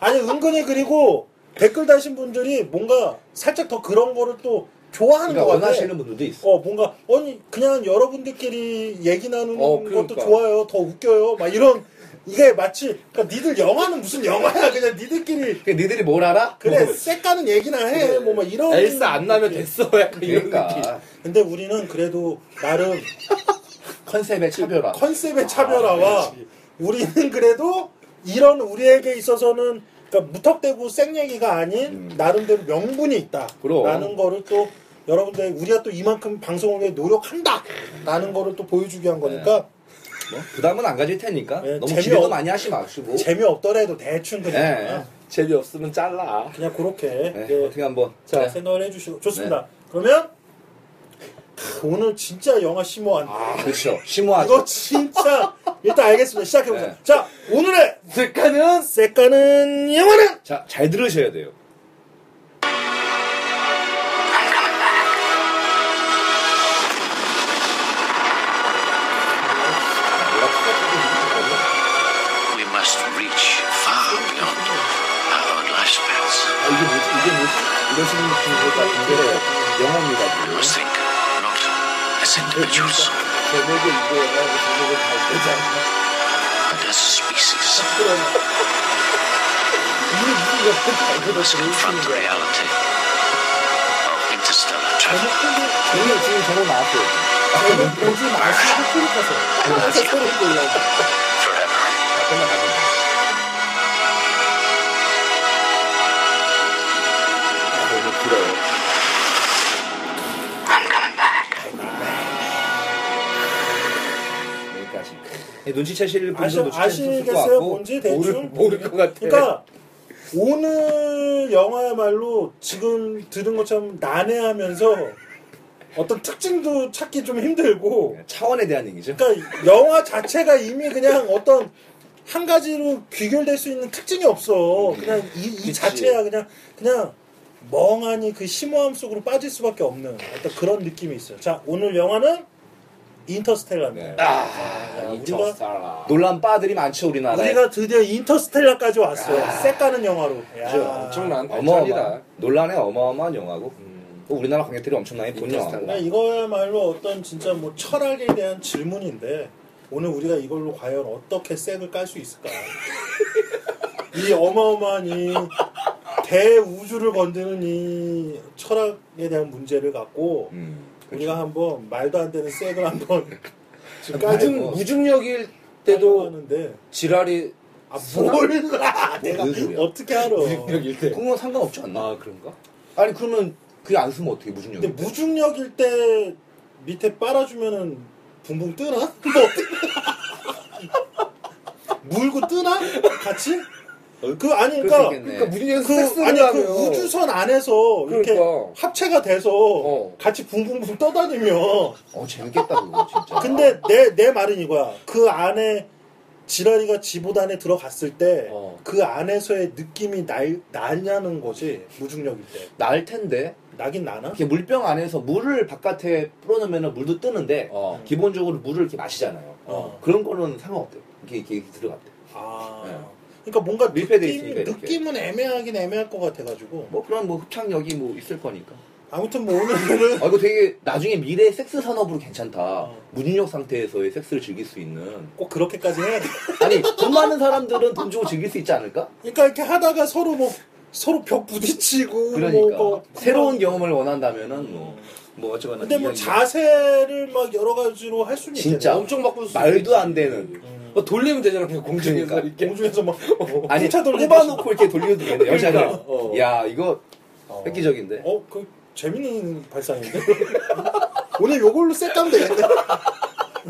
S1: 아니 은근히 그리고 댓글 다신 분들이 뭔가 살짝 더 그런 거를 또 좋아하는
S2: 그러니까
S1: 것 같아.
S2: 원하시는 분들도 있어.
S1: 어 뭔가 아니 그냥 여러분들끼리 얘기 나누는
S3: 어, 그러니까.
S1: 것도 좋아요 더 웃겨요 막 이런 이게 마치 그러니까 니들 영화는 무슨 영화야 그냥 니들끼리
S2: 그 니들이 뭘 알아?
S1: 그래 쎄까는 얘기나 해 뭐 막 이런
S3: 네. 엘사 안 나면
S1: 느낌.
S3: 됐어. 약간 이런 느낌.
S2: 그러니까.
S1: 근데 우리는 그래도 나름 그
S2: 컨셉의 차별화.
S1: 컨셉의 차별화와 우리는 그래도 이런 우리에게 있어서는 그러니까 무턱대고 생 얘기가 아닌 나름대로 명분이
S2: 음. 그럼.
S1: 있다라는 거를 또 여러분들 우리가 또 이만큼 방송을 위해 노력한다라는 거를 또 보여주기 한 거니까
S2: 뭐, 부담은 안 가질 테니까.
S1: 예,
S2: 너무
S1: 재미없-
S2: 기대도 많이 하지 마시고.
S1: 재미없더라도 대충 그냥
S2: 예.
S3: 재미없으면 잘라.
S1: 그냥 그렇게
S2: 예,
S1: 예,
S2: 어떻게 네. 한번.
S1: 자,
S3: 네.
S1: 생각을 해주시고 좋습니다. 그러면 크, 오늘 진짜 영화 심오한데 아,
S2: 그렇죠. 심오하죠.
S1: 이거
S2: <laughs>
S1: 진짜 일단 알겠습니다. 시작해보자.
S2: 네.
S1: 자 오늘의
S3: 그러니까는
S1: 색깔은 영화는
S2: 자, 잘 들으셔야 돼요.
S5: We must reach far beyond our own lifespans.
S2: 아, 이게 뭐지? 이게 뭐지? 이러시는 분들 같은데 영어입니다.
S5: We
S2: 지금.
S5: must think, not as individuals,
S3: 제목이 이거 영화하고 제목을 잘 되지 않나.
S5: but as a species. We must confront the reality of interstellar travel.
S2: 이게 지금 저거 나왔어요.
S5: Forever.
S2: 너무 길어요. 여기까지. 예, 눈치채실
S1: 아시,
S2: 분들도 추천해주실 것
S1: 아시겠어요?
S2: 같고
S1: 뭔지
S3: 모를,
S1: 대충?
S3: 모를 것 같아.
S1: 그러니까 오늘 영화야말로 지금 들은 것처럼 난해하면서 어떤 특징도 찾기 좀 힘들고
S2: 차원에 대한 얘기죠.
S1: 그러니까 영화 자체가 이미 그냥 어떤 한 가지로 귀결될 수 있는 특징이 없어. 그냥 이, 이 자체야 그냥 그냥 멍하니 그 심오함 속으로 빠질 수밖에 없는 어떤 그런 느낌이 있어요. 자 오늘 영화는 인터스텔라입니다. 야,
S3: 아,
S1: 우리가-
S3: 인터스타라.
S2: 논란 바들이 많죠 우리나라에.
S1: 우리가 드디어 인터스텔라까지 왔어요. 색가는 영화로. 야.
S3: 엄청난
S2: 어마어마.
S3: 발전이다.
S2: 논란에 어마어마한 영화고 또 우리나라 관객들이 엄청나게 본
S3: 인터스텔라.
S2: 영화고.
S1: 그러니까 이거야말로 어떤 진짜 뭐 철학에 대한 질문인데 오늘 우리가 이걸로 과연 어떻게 색을 깔 수 있을까? 이 어마어마한 이 대우주를 건드는 이 철학에 대한 문제를 갖고
S2: 음.
S1: 우리가 한번 말도 안 되는 색을 한번 지금
S3: 무중,
S1: 깔고
S2: 아이고.
S3: 무중력일
S1: 때도
S3: 때도
S1: 하는데
S3: 지랄이
S1: 아, 몰라 <laughs> 내가
S2: 무슨 소리야?
S1: 어떻게 알아?
S3: 무중력일 때.
S2: 그건 상관없지 않나?
S3: 아, 그런가?
S2: 아니 그러면 그게 안 쓰면 어떻게 무슨
S1: 근데
S2: 영화?
S1: 무중력일 때 밑에 빨아주면은 붕붕 뜨나? <laughs> 뭐 어떡해. 물고 뜨나? 같이? 그 아니
S2: 그럴 수
S1: 그러니까
S2: 있겠네.
S3: 그러니까 무중력에서
S1: 그
S3: 섹스를
S1: 아니
S3: 하면
S1: 그 우주선 안에서 뭐 이렇게
S3: 그러니까.
S1: 합체가 돼서
S3: 어.
S1: 같이 붕붕붕 떠다니며
S2: 어 재밌겠다 그거 진짜.
S1: 근데 내 내 말은 이거야 그 안에 지랄이가 지보단에 들어갔을 때 그
S3: 어.
S1: 안에서의 느낌이 날 나냐는 거지 무중력일 때
S2: 날 텐데
S1: 나긴 나나?
S2: 이렇게 물병 안에서 물을 바깥에 뿌려놓으면 물도 뜨는데
S3: 어.
S2: 기본적으로 물을 이렇게 마시잖아요.
S1: 어.
S2: 그런 거는 상관없대요. 이렇게 이렇게 들어갔대.
S1: 아.
S2: 네.
S1: 그러니까 뭔가
S2: 밀폐돼
S1: 느낌,
S2: 있으니까 이렇게.
S1: 느낌은 애매하긴 애매할 것 같아가지고.
S2: 뭐 그런 뭐 흡착력이 뭐 있을 거니까.
S1: 아무튼 뭐 오늘은
S2: 아 이거 되게 나중에 미래 섹스 산업으로 괜찮다.
S1: 어.
S2: 무중력 상태에서의 섹스를 즐길 수 있는.
S1: <laughs> 꼭 그렇게까지 해야 돼.
S2: 아니 돈 많은 사람들은 돈 주고 즐길 수 있지 않을까?
S1: 그러니까 이렇게 하다가 서로 뭐 서로 벽 부딪히고
S2: 그러니까
S1: 뭐, 뭐
S2: 새로운 경험을 원한다면은 뭐,
S4: 음.
S2: 뭐 어쩌거나.
S1: 근데 뭐
S2: 이야기가-
S1: 자세를 막 여러 가지로 할 수는
S2: 진짜.
S4: 엄청 바꿀 수
S2: 말도 안 되는.
S4: 뭐 돌리면 되잖아 그냥 공중에서
S2: 그러니까.
S1: 있겠네.
S4: 이렇게
S1: 공중에서 막 어.
S2: 아니
S1: 공차 돌리듯이.
S2: 뽑아놓고 이렇게 돌려도 되는 여자를.
S4: 어, 그러니까, 어.
S2: 야 이거
S1: 어.
S2: 획기적인데.
S1: 어, 그 재밌는 발상인데. <laughs> 오늘 요걸로 셋감
S3: <laughs>
S1: 되겠네.
S4: 어,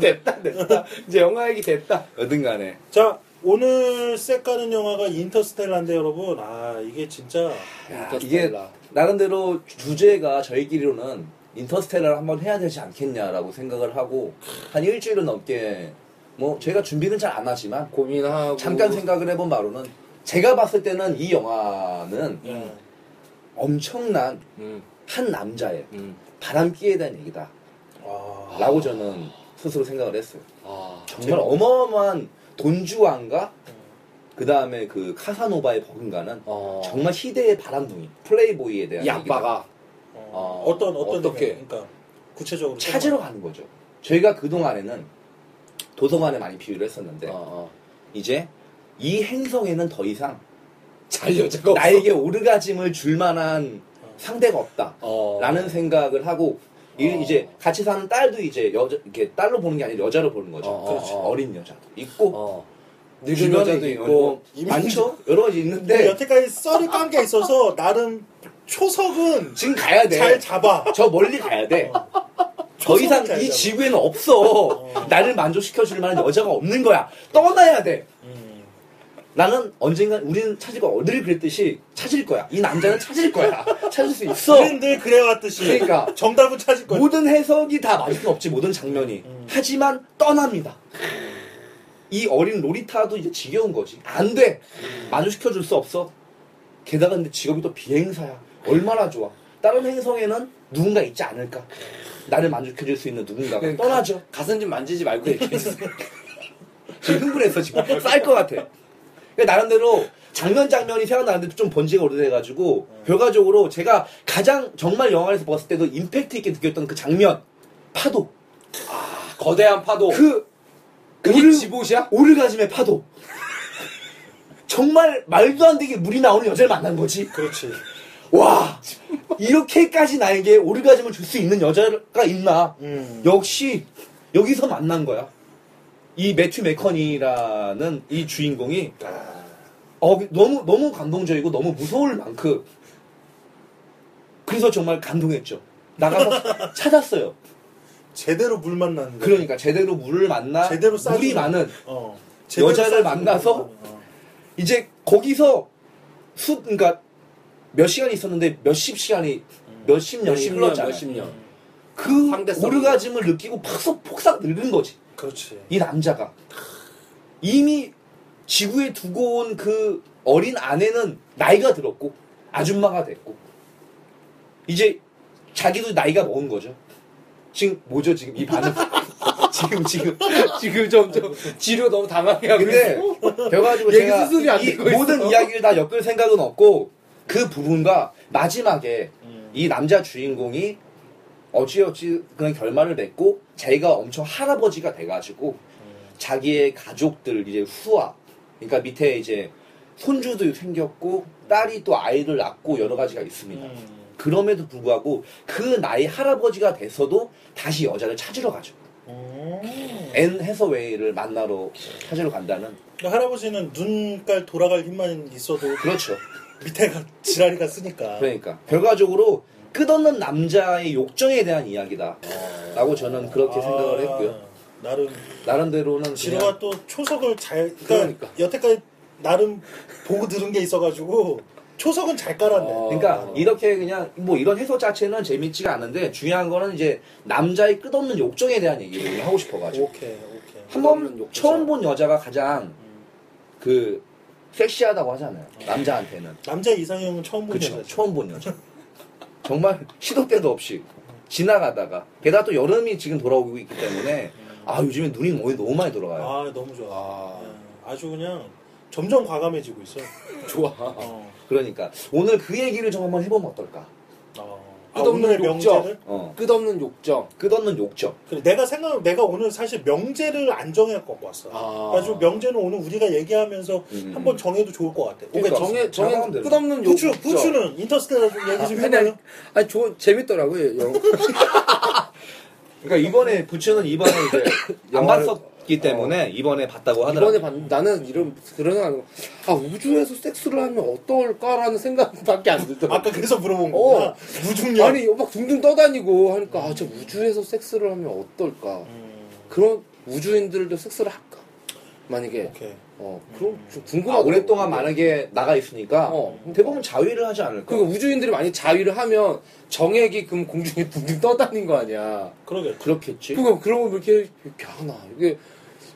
S4: 됐다 됐다 이제 영화 얘기 됐다
S2: 어딘간에.
S1: 자, 오늘 셋가는 영화가 인터스텔라인데 여러분, 아 이게 진짜
S2: 야, 이게
S4: 인터스텔라.
S2: 나름대로 주제가 저희끼리로는 인터스텔라를 한번 해야 되지 않겠냐라고 생각을 하고 한 일주일은 넘게 뭐 저희가 준비는 잘 안 하지만
S4: 고민하고
S2: 잠깐 생각을 해본 바로는 제가 봤을 때는 이 영화는
S1: 예.
S2: 엄청난
S4: 음,
S2: 한 남자의
S4: 음.
S2: 바람기에 대한 얘기다라고
S1: 아,
S2: 저는 스스로 생각을 했어요.
S4: 아,
S2: 정말 어마어마한 돈주왕과 그 다음에 그 카사노바의 버금가는
S4: 어.
S2: 정말 시대의 바람둥이 플레이보이에 대한
S4: 이 아빠가
S1: 어,
S4: 어,
S1: 어떤 어떤
S4: 어떻게?
S1: 의미? 그러니까 구체적으로
S2: 얘기다. 찾으러 가는 거죠. 저희가 그 동안에는 도서관에 많이 비유를
S3: 네.
S2: 했었는데
S4: 어, 어.
S2: 이제 이 행성에는 더 이상
S4: 잘 여자가 없어
S2: 나에게 오르가즘을 줄 만한
S1: 어.
S2: 상대가 없다.
S4: 어.
S2: 라는 생각을 하고 이-
S4: 어.
S2: 이제 같이 사는 딸도 이제 여자 이렇게 딸로 보는 게 아니라 여자로 보는 거죠.
S4: 어,
S2: 그렇죠.
S4: 어, 어.
S2: 어린 여자도 있고
S4: 어. 늙은
S2: 주변에
S4: 여자도 있고
S2: 이미 많죠. 여러 가지
S1: 근데
S2: 있는데
S1: 여태까지 썰을 깐 게 있어서 나름 초석은
S2: 지금 가야 돼.
S1: 잘 잡아.
S2: 저 멀리
S1: <laughs>
S2: 가야 돼. 더
S1: 초석은
S2: 이상
S1: 잘
S2: 이
S1: 잡아.
S2: 지구에는 없어. 나를 만족시켜 줄 만한 여자가 없는 거야. 떠나야 돼.
S1: 음.
S2: 나는 언젠간 우리는 찾을 거야. 늘 그랬듯이 찾을 거야. 이 남자는
S1: <laughs>
S2: 찾을 거야. 찾을 수 있어.
S1: 우린 늘 그래왔듯이
S2: 그러니까.
S1: 정답은 찾을 거야.
S2: 모든 해석이 다 맞을 수 없지 모든 장면이 하지만 떠납니다 이 어린 로리타도 이제 지겨운 거지 안돼 만족시켜줄 수 없어 게다가 근데 직업이 또 비행사야 얼마나 좋아 다른 행성에는 누군가 있지 않을까 나를 만족해줄 수 있는 누군가가
S4: 그냥
S3: 그러니까.
S2: 떠나죠
S4: 가- 가슴 좀 만지지 말고
S3: 그
S4: 얘기했어
S2: 지금 흥분했어 지금 쌀것 같아 그러니까 나름대로 장면 장면이 생각나는데 좀 번지가 오래돼가지고 결과적으로 제가 가장 정말 영화에서 봤을 때도 임팩트 있게 느꼈던 그 장면 파도
S4: 거대한 파도
S2: 그
S4: 그게
S2: 오르-
S4: 집옷이야?
S2: 오르가즘의 파도. 정말 말도 안 되게 물이 나오는 여자를 만난 거지.
S1: 그렇지.
S2: 와 이렇게까지 나에게 오르가즘을 줄 수 있는 여자가 있나?
S1: 음.
S2: 역시 여기서 만난 거야. 이 매튜 메컨이라는 이 주인공이
S1: 아.
S2: 어, 너무 너무 감동적이고 너무 무서울 만큼 그래서 정말 감동했죠.
S1: <laughs>
S2: 나가서 찾았어요.
S1: 제대로 물 만나는 거.
S2: 그러니까 제대로 물을 만나
S1: 제대로 싸주
S2: 물이 많은
S1: 어.
S2: 여자를
S1: 싸주는
S2: 만나서
S1: 거. 어.
S2: 이제 거기서 수 그러니까 몇 시간이 있었는데 몇십 시간이 몇십 년이
S4: 몇십 년
S2: 흘렀잖아요.
S4: 몇십 년
S2: 그
S4: 상대성.
S2: 오르가즘을 느끼고 팍석 폭삭 늙은 거지.
S1: 그렇지.
S2: 이 남자가 이미 지구에 두고 온 그 어린 아내는 나이가 들었고 아줌마가 됐고 이제 자기도 나이가 먹은 거죠. 지금 뭐죠 지금 이 반응? <laughs> 지금 지금
S4: 지금 점점 지료 너무 당하게 하고
S2: 근데
S4: 있어.
S2: 돼가지고
S4: 얘기
S2: 제가
S4: 수습이 안
S2: 이
S4: 되고 있어.
S2: 모든 이야기를 다 엮을 생각은 없고 그 부분과 마지막에
S4: 음.
S2: 이 남자 주인공이 어찌어찌 그런 결말을 맺고 자기가 엄청 할아버지가 돼가지고
S4: 음.
S2: 자기의 가족들 이제 후아 그러니까 밑에 이제 손주도 생겼고 딸이 또 아이를 낳고 여러 가지가 있습니다.
S1: 음.
S2: 그럼에도 불구하고 그 나이 할아버지가 돼서도 다시 여자를 찾으러 가죠.
S1: 음.
S2: 앤 해서웨이를 만나러 찾으러 간다는
S1: 근데 그러니까 할아버지는 눈깔 돌아갈 힘만 있어도
S2: 그렇죠.
S1: 밑에가 지랄이가 쓰니까.
S2: 그러니까 결과적으로 끝없는 남자의 욕정에 대한 이야기다 라고 저는 그렇게 생각을
S1: 아,
S2: 했고요
S1: 나름
S2: 나름대로는
S1: 지루가
S2: 그냥
S1: 또 초석을 잘 그러니까,
S2: 네. 그러니까.
S1: 여태까지 나름 보고 들은 게 있어가지고 초석은 잘 깔았네.
S4: 어.
S2: 그러니까 이렇게 그냥 뭐 이런 해석 자체는 재밌지가 않은데 중요한 거는 이제 남자의 끝없는 욕정에 대한 얘기를 하고 싶어가지고
S1: 오케이 오케이.
S2: 한
S4: 음. 끝없는
S2: 번
S4: 욕정.
S2: 처음 본 여자가 가장 그 섹시하다고 하잖아요 남자한테는
S1: 남자 이상형은 처음 보는
S2: 그쵸
S1: 여자.
S2: 처음 본 여자 정말 시도 때도 없이 지나가다가 게다가 또 여름이 지금 돌아오고 있기 때문에 아 요즘에 눈이 너무, 너무 많이 돌아가요
S1: 아 너무 좋아.
S4: 아.
S1: 예, 아주 그냥 점점 과감해지고 있어.
S4: 좋아
S1: 어.
S2: 그러니까 오늘 그 얘기를 좀 한번 해보면 어떨까?
S1: 어.
S4: 아,
S1: 오늘의
S3: 끝없는 욕정.
S1: 명제는
S2: 어.
S3: 끝없는 욕정.
S2: 끝없는 욕정.
S1: 그래, 내가 생각을 내가 오늘 사실 명제를 안 정해 갖고 왔어.
S3: 아.
S1: 그래서 명제는 오늘 우리가 얘기하면서
S2: 음.
S1: 한번 정해도 좋을 것 같아.
S3: 그러니까
S2: 그러니까
S3: 정해 정해
S2: 나가면 되죠.
S3: 끝없는 욕정.
S1: 부추 부추는 인터스텔라 좀 얘기 좀
S3: 아니, 아니,
S1: 해봐요.
S3: 아니 저, 재밌더라고요. 영화.
S2: 그러니까 이번에 부츠는 이번에 <coughs> 이제 안
S3: 영화를-
S2: 봤었기 때문에 어. 이번에 봤다고 하더라고.
S3: 이번에 봤 나는 이런 그런 생각 안 하고 아 우주에서 섹스를 하면 어떨까라는 생각밖에 안 들더라고.
S1: 아까 그래서 물어본 거야.
S3: 어.
S1: 무중력.
S3: 아니 막 둥둥 떠다니고 하니까 아 저 우주에서 섹스를 하면 어떨까
S1: 음,
S3: 그런 우주인들도 섹스를 할까 만약에
S1: 오케이.
S3: 어 그럼 좀
S2: 아,
S3: 궁금하고
S2: 오랫동안 만약에 나가 있으니까
S3: 어.
S2: 대부분 자위를 하지 않을까.
S3: 그러니까 우주인들이 만약 자위를 하면 정액이 그럼 공중에 둥둥 떠다닌 거 아니야
S1: 그러게.
S2: 그렇겠지.
S3: 그럼 그런 거 이렇게 이렇게 하나 이게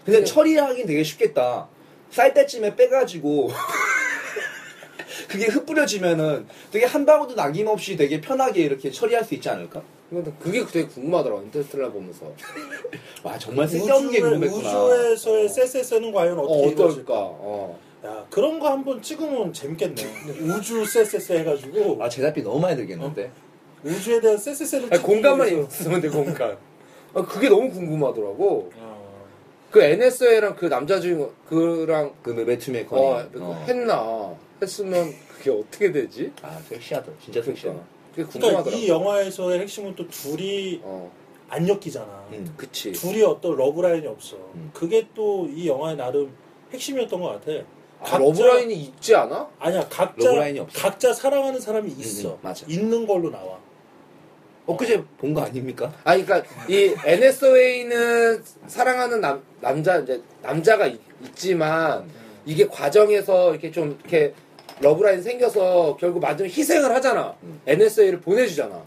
S2: 근데
S1: 네.
S2: 처리하긴 되게 쉽겠다. 쌀 때쯤에 빼가지고 <laughs> 그게 흩뿌려지면은 되게 한 방울도 남김없이 되게 편하게 이렇게 처리할 수 있지 않을까?
S3: 그게 되게 궁금하더라고 인터스텔라 보면서
S2: 와 정말 쓸데없는 게
S1: 우주에,
S2: 궁금했구나.
S1: 우주에서의 쎄쎄쎄는 과연
S3: 어,
S1: 어떻게 이루어질까?
S3: 어떨까 어.
S1: 야 그런 거 한번 찍으면 재밌겠네. 우주 쎄쎄쎄 해가지고
S2: 아 제작비 너무 많이 들겠는데.
S1: 어? 우주에 대한 쎄쎄쎄를
S3: 아니,
S1: 찍기
S3: 공간만
S1: 위해서.
S3: 있으면 돼 공간 아, 그게 너무 궁금하더라고
S1: 어.
S3: 그 NSA랑 그 남자 주인공 그랑
S2: 그 매트메이커.
S3: 어, 그거 했나 했으면 그게 어떻게 되지?
S2: 아 섹시하다. 진짜 섹시하다.
S3: 그러니까 그게
S1: 그러니까
S3: 궁금하더라고.
S1: 이 영화에서의 핵심은 또 둘이
S3: 어,
S1: 안 엮이잖아.
S2: 음.
S3: 그치.
S1: 둘이 어떤 러브라인이 없어.
S2: 음.
S1: 그게 또 이 영화의 나름 핵심이었던 것 같아.
S3: 아, 러브라인이 있지 않아?
S1: 아니야 각자
S2: 러브라인이 없어.
S1: 각자 사랑하는 사람이 있어.
S2: 음, 맞아.
S1: 있는 걸로 나와.
S2: 어, 엊그제 본 거 아닙니까?
S3: 아, 그러니까 이 NSOA는 사랑하는 남, 남자 이제 남자가 있, 지만 이게 과정에서 이렇게 좀 이렇게 러브라인 생겨서 결국 마지막 희생을 하잖아. NSOA를 보내주잖아.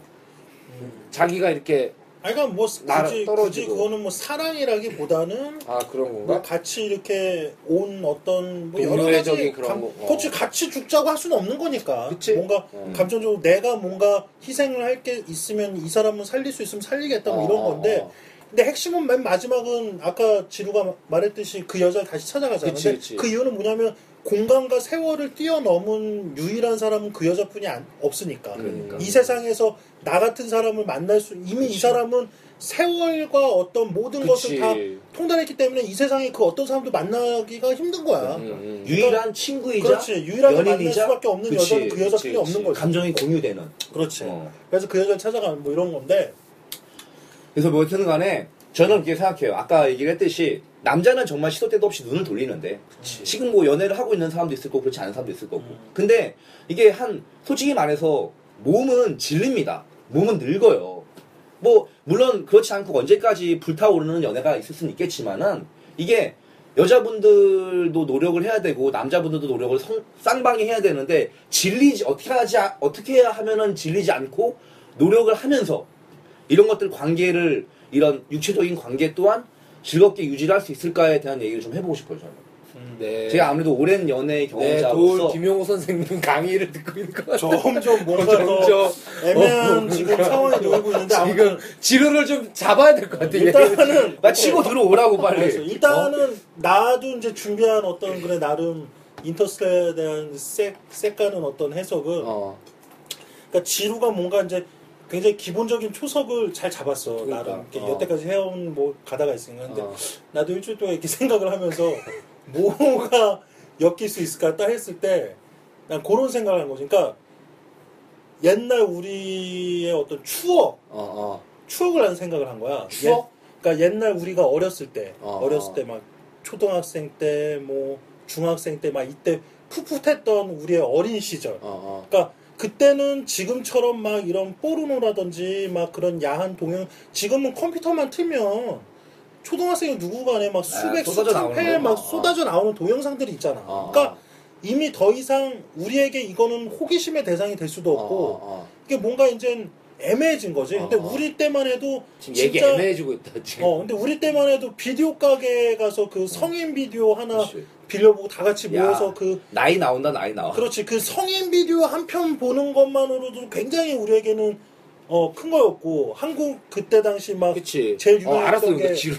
S3: 자기가 이렇게
S1: 아니 그러니까 뭐
S3: 나라
S1: 굳이, 굳이
S3: 떨어지고.
S1: 그거는 뭐 사랑이라기보다는
S3: 아 그런
S1: 뭐
S3: 건가?
S1: 같이 이렇게 온 어떤 뭐 여러 가지
S3: 동료애적인 그런 거. 어.
S1: 그렇지 같이 죽자고 할 수는 없는 거니까.
S3: 그치? 음.
S1: 뭔가 감정적으로 내가 뭔가 희생을 할 게 있으면 이 사람은 살릴 수 있으면 살리겠다 뭐 이런
S3: 아,
S1: 건데 근데 핵심은 맨 마지막은 아까 지루가 말했듯이 그 여자를 다시 찾아가잖아요.
S3: 그치,
S1: 근데
S3: 그치.
S1: 그 이유는 뭐냐면 공간과 세월을 뛰어넘은 유일한 사람은 그 여자뿐이 안- 없으니까.
S2: 그러니까.
S1: 이 세상에서 나 같은 사람을 만날 수 이미 이 사람은 세월과 어떤 모든 것을
S3: 그치.
S1: 다 통달했기 때문에 이 세상에 그 어떤 사람도 만나기가 힘든 거야.
S3: 음, 음.
S2: 유일한 친구이자
S1: 그렇지. 유일하게 만날
S2: 연인이자?
S1: 수밖에 없는
S2: 그치,
S1: 여자는 그 여자뿐이
S3: 그치,
S1: 없는
S3: 그치.
S1: 거지.
S2: 감정이 공유되는.
S1: 그렇지.
S2: 어.
S1: 그래서 그 여자를 찾아가는 뭐 이런 건데.
S2: 그래서 뭐 어쨌든 간에 저는 그렇게 생각해요. 아까 얘기를 했듯이 남자는 정말 시도 때도 없이 눈을 돌리는데 지금 뭐 연애를 하고 있는 사람도 있을 거고 그렇지 않은 사람도 있을 거고 근데 이게 한 솔직히 말해서 몸은 질립니다. 몸은 늙어요. 뭐 물론 그렇지 않고 언제까지 불타오르는 연애가 있을 수는 있겠지만은 이게 여자분들도 노력을 해야 되고 남자분들도 노력을 성- 쌍방이 해야 되는데 질리지 어떻게 하지 아- 어떻게 해야 하면은 질리지 않고 노력을 하면서 이런 것들 관계를 이런 육체적인 관계 또한 즐겁게 유지할 를수 있을까에 대한 얘기를 좀 해보고 싶어요 저는.
S3: 네.
S2: 제가 아무래도 오랜 연애
S3: 네, 돌
S2: 경험자로서
S3: 김용호 선생님 강의를 듣고 있는 것 같아요.
S1: <laughs> 점점 뭔가 더
S3: 점점.
S1: 애매한
S2: 어.
S1: 지금 상황에 놓이고 있는데 아무튼
S3: 지금 지루를 좀 잡아야 될 것 같아요.
S1: 일단은
S2: 나 치고 <laughs> 들어오라고 빨리.
S1: 그래서 일단은 나도 이제 준비한 어떤 그래 나름 인터스텔라에 대한 색 색깔은 어떤 해석은
S3: 어.
S1: 그러니까 지루가 뭔가 이제 굉장히 기본적인 초석을 잘 잡았어
S3: 그러니까,
S1: 나름 이렇게
S3: 어.
S1: 여태까지 해온 뭐 가다가 있으니까 근데
S3: 어.
S1: 나도 일주일 동안 이렇게 <laughs> 생각을 하면서 뭐가 엮일 수 있을까 딱 했을 때 난 그런 생각을 한 거지 그러니까 옛날 우리의 어떤 추억
S3: 어, 어.
S1: 추억을 한 생각을 한 거야
S3: 추억?
S1: 옛- 그러니까 옛날 우리가 어렸을 때
S3: 어.
S1: 어. 렸을 때 막 초등학생 때 뭐 중학생 때 막 이때 풋풋했던 우리의 어린 시절
S3: 어,
S1: 그러니까 그때는 지금처럼 막 이런 포르노라든지 막 그런 야한 동영 지금은 컴퓨터만 틀면 초등학생이 누구간에 막 수백
S2: 쏟아져 나오는
S1: 수천회
S2: 거구나.
S1: 막 쏟아져 나오는 동영상들이 있잖아.
S3: 어.
S1: 그러니까 이미 더 이상 우리에게 이거는 호기심의 대상이 될 수도
S3: 어.
S1: 없고
S3: 어, 어.
S1: 이게 뭔가 이제 애매해진 거지. 근데
S3: 어.
S1: 우리 때만 해도
S3: 지금 얘기
S1: 진짜-
S3: 애매해지고 있다, 지금.
S1: 어 근데 우리 때만 해도 비디오 가게에 가서 그 성인 비디오 하나
S2: 그치.
S1: 빌려보고 다 같이
S2: 야. 아.
S1: 모여서 그
S2: 나이 나온다 나이 나와.
S1: 그렇지 그 성인 비디오 한 편 보는 것만으로도 굉장히 우리에게는 어, 큰 거였고 한국 그때 당시 막
S3: 그치.
S1: 제일 유명했던
S3: 어, 알았어,
S1: 게
S3: 근데 지루.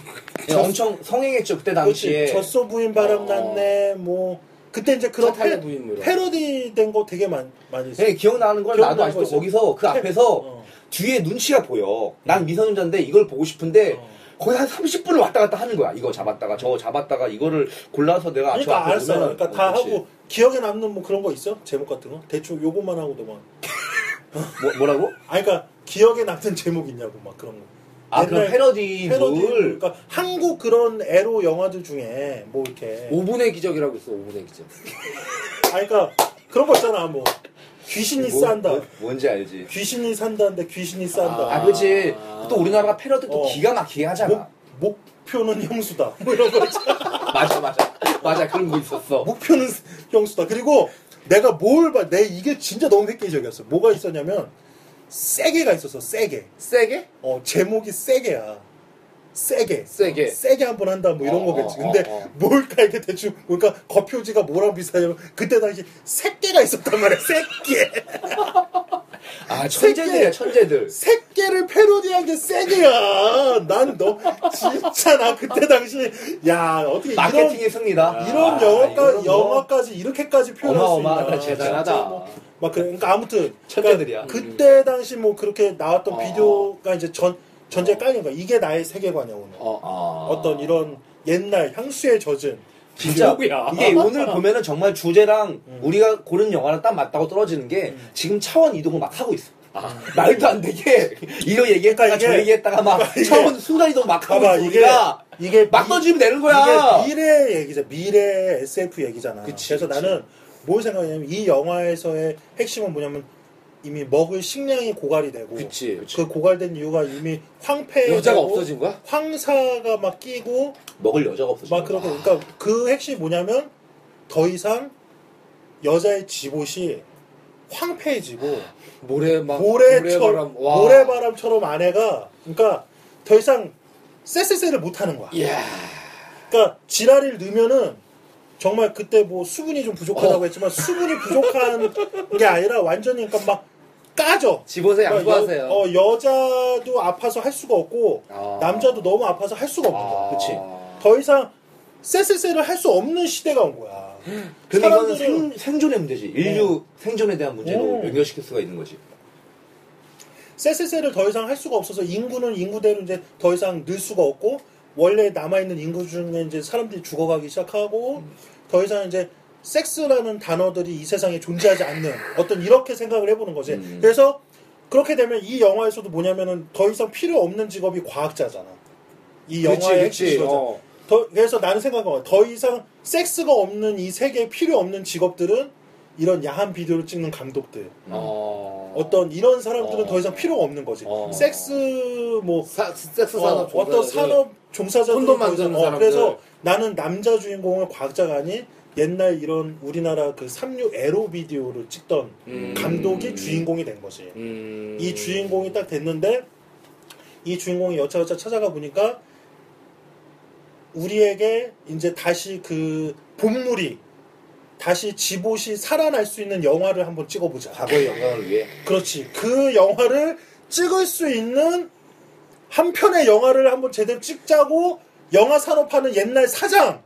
S2: 그냥 엄청 성행했죠 그때
S1: 그렇지
S2: 당시에.
S1: 젖소 부인 바람
S3: 어.
S1: 났네 뭐 그때 이제 그런
S3: 첫 할래
S1: 패-
S3: 부인물이야.
S1: 패러디된 거 되게 많, 많이 있어요.
S2: 예, 기억나는 걸 나도
S1: 기억나는
S2: 아직도
S1: 거지.
S2: 거기서 그 앞에서
S1: 어.
S2: 뒤에 눈치가 보여. 난 미성년자인데 이걸 보고 싶은데
S1: 어.
S2: 거의 한 30분을 왔다 갔다 하는 거야. 이거 잡았다가 저거 잡았다가 이거를 골라서 내가 저
S1: 그러니까
S2: 앞에
S1: 알았어.
S2: 놓으면은-
S1: 그러니까 다
S2: 어, 그렇지.
S1: 하고 기억에 남는 뭐 그런 거 있어? 제목 같은 거? 대충 요것만 하고 도망.
S2: 뭐, 뭐라고?
S1: 아 그러니까 기억에 남는 제목 있냐고 막 그런 거.
S2: 아 그럼
S1: 옛날 패러디.
S2: 패러디물
S1: 그러니까 한국 그런 에로 영화들 중에 뭐 이렇게
S3: 5분의 기적이라고 있어 5분의 기적
S1: 아 그러니까 그런 거 있잖아. 뭐 귀신이
S2: 뭐-
S1: 싼다.
S2: 뭐- 뭔지 알지?
S1: 귀신이 산다는데 귀신이 싼다.
S2: 아, 그렇지. 또 우리나라가 패러디 또
S1: 어. 뭐?
S2: 기가 막히게 하잖아.
S1: 목, 목표는 형수다. 뭐 이런 거 있잖아.
S2: 맞아, 맞아. 맞아, 그런 거 있었어.
S1: 목표는 <laughs> 형수다. 그리고 내가 뭘 봐, 내 이게 진짜 너무 획기적이었어. 뭐가 있었냐면 세게가 있었어. 세게.
S3: 세게?
S1: 어 제목이 세게야. 세게. 어,
S3: 세게.
S1: 세게 한 번 한다 뭐 이런
S3: 어,
S1: 거겠지.
S3: 어,
S1: 근데
S3: 어, 어.
S1: 뭘까 이게 대충 그러니까 거표지가 뭐랑 비슷하냐면 그때 당시 새끼가 있었단 말이야. 새끼.
S2: <laughs> 아, 천재들이야, 천재들.
S1: 새끼를 패러디한 게 세게야. 난 너 진짜 나 그때 당시 야 어떻게 이런
S2: 마케팅의 승리다.
S1: 이런
S2: 아,
S1: 영화까,
S2: 이런 거.
S1: 영화까지 이렇게까지 표현할
S2: 어마어마하다,
S1: 수 있나
S2: 대단하다.
S1: 진짜 뭐, 그러니까 막 그래, 그러니까 아무튼
S3: 음.
S2: 천재들이야.
S1: 그때 당시 뭐 그렇게 나왔던
S2: 어.
S1: 비디오가 이제 전 전제 깔린 거야. 이게 나의 세계관이야 오늘.
S3: 어.
S2: 아.
S1: 어떤 이런 옛날 향수에 젖은
S2: 진짜
S3: 기록이야.
S2: 이게 오늘 보면은 정말 주제랑
S1: 아, 음.
S2: 우리가 고른 영화랑 딱 맞다고 떨어지는 게 지금 차원 이동을 막 하고 있어. <laughs> 말도
S1: <laughs>
S2: 안 되게 이거 얘기했다가
S1: 그러니까 아. 이게-
S2: 저 얘기했다가 막
S1: 그러니까 이게-
S2: 차원 순간 이동 막 하고
S1: 봐봐,
S2: 있어.
S1: 이게-
S2: 우리가
S1: 이게
S2: 막
S1: 미-
S2: 던지면 되는 거야.
S1: 이게 미래 얘기잖아. 미래 SF 얘기잖아.
S3: 그치,
S1: 그래서
S3: 그치.
S1: 나는 뭘 생각하냐면 이 영화에서의 핵심은 뭐냐면 이미 먹을 식량이 고갈이 되고
S3: 그치.
S1: 그 고갈된 이유가 이미 황폐
S3: 여자가 없어진 거야?
S1: 황사가 막 끼고
S2: 먹을 여자가 없어.
S1: 막 그렇게 그러니까 그 핵심이 뭐냐면 더 이상 여자의 집옷이 황폐해지고
S3: 모래 막
S1: 모래처럼
S3: 와.
S1: 모래바람처럼 아내가 그러니까 더 이상 쎄쎄쎄를 못 하는 거야.
S3: 이야
S1: 그러니까 지랄을 넣으면은 정말 그때 뭐 수분이 좀 부족하다고 했지만 수분이 부족한 게 아니라 완전히 그러니까 막 까져.
S3: 집어서
S1: 그러니까
S3: 양보하세요
S1: 여, 어, 여자도 아파서 할 수가 없고
S3: 아.
S1: 남자도 너무 아파서 할 수가 없는 거야.
S3: 아.
S1: 그치? 더 이상 쎄쎄쎄를 할 수 없는 시대가 온 거야.
S2: 근데 이거는
S1: 사람들은-
S2: 생, 생존의 문제지. 인류 생존에 대한 문제로
S1: 어.
S2: 연결시킬 수가 있는 거지.
S1: 세세세를 더 이상 할 수가 없어서 인구는 인구대로 이제 더 이상 늘 수가 없고 원래 남아 있는 인구 중에 이제 사람들이 죽어가기 시작하고 더 이상 이제 섹스라는 단어들이 이 세상에 존재하지 않는 어떤 이렇게 생각을 해보는 거지.
S2: 음.
S1: 그래서 그렇게 되면 이 영화에서도 뭐냐면은 더 이상 필요 없는 직업이 과학자잖아. 이
S3: 그치
S1: 영화의
S3: 그치
S1: 핵심이거든.
S3: 어.
S1: 더- 그래서 나는 생각한 거야. 더 이상 섹스가 없는 이 세계에 필요 없는 직업들은 이런 야한 비디오를 찍는 감독들. 음.
S3: 어.
S1: 어떤 이런 사람들은
S3: 어.
S1: 더 이상 필요가 없는 거지.
S3: 어.
S1: 섹스 뭐
S3: 사, 섹스
S1: 어,
S3: 산업 네.
S1: 어떤 산업 종사자들
S3: 콘돔 만드는 사람들.
S1: 어, 그래서 나는 남자 주인공을 과학자가 아닌 옛날 이런 우리나라 그 삼류 에로 비디오를 찍던
S3: 음.
S1: 감독이 주인공이 된 거지.
S3: 음.
S1: 이 주인공이 딱 됐는데 이 주인공이 여차여차 찾아가 보니까 우리에게 이제 다시 그 본물이 다시 집옷이 살아날 수 있는 영화를 한번 찍어보자.
S2: 과거의 영광을 위해.
S1: 그렇지. 그 영화를 찍을 수 있는 한 편의 영화를 한번 제대로 찍자고 영화 산업하는 옛날 사장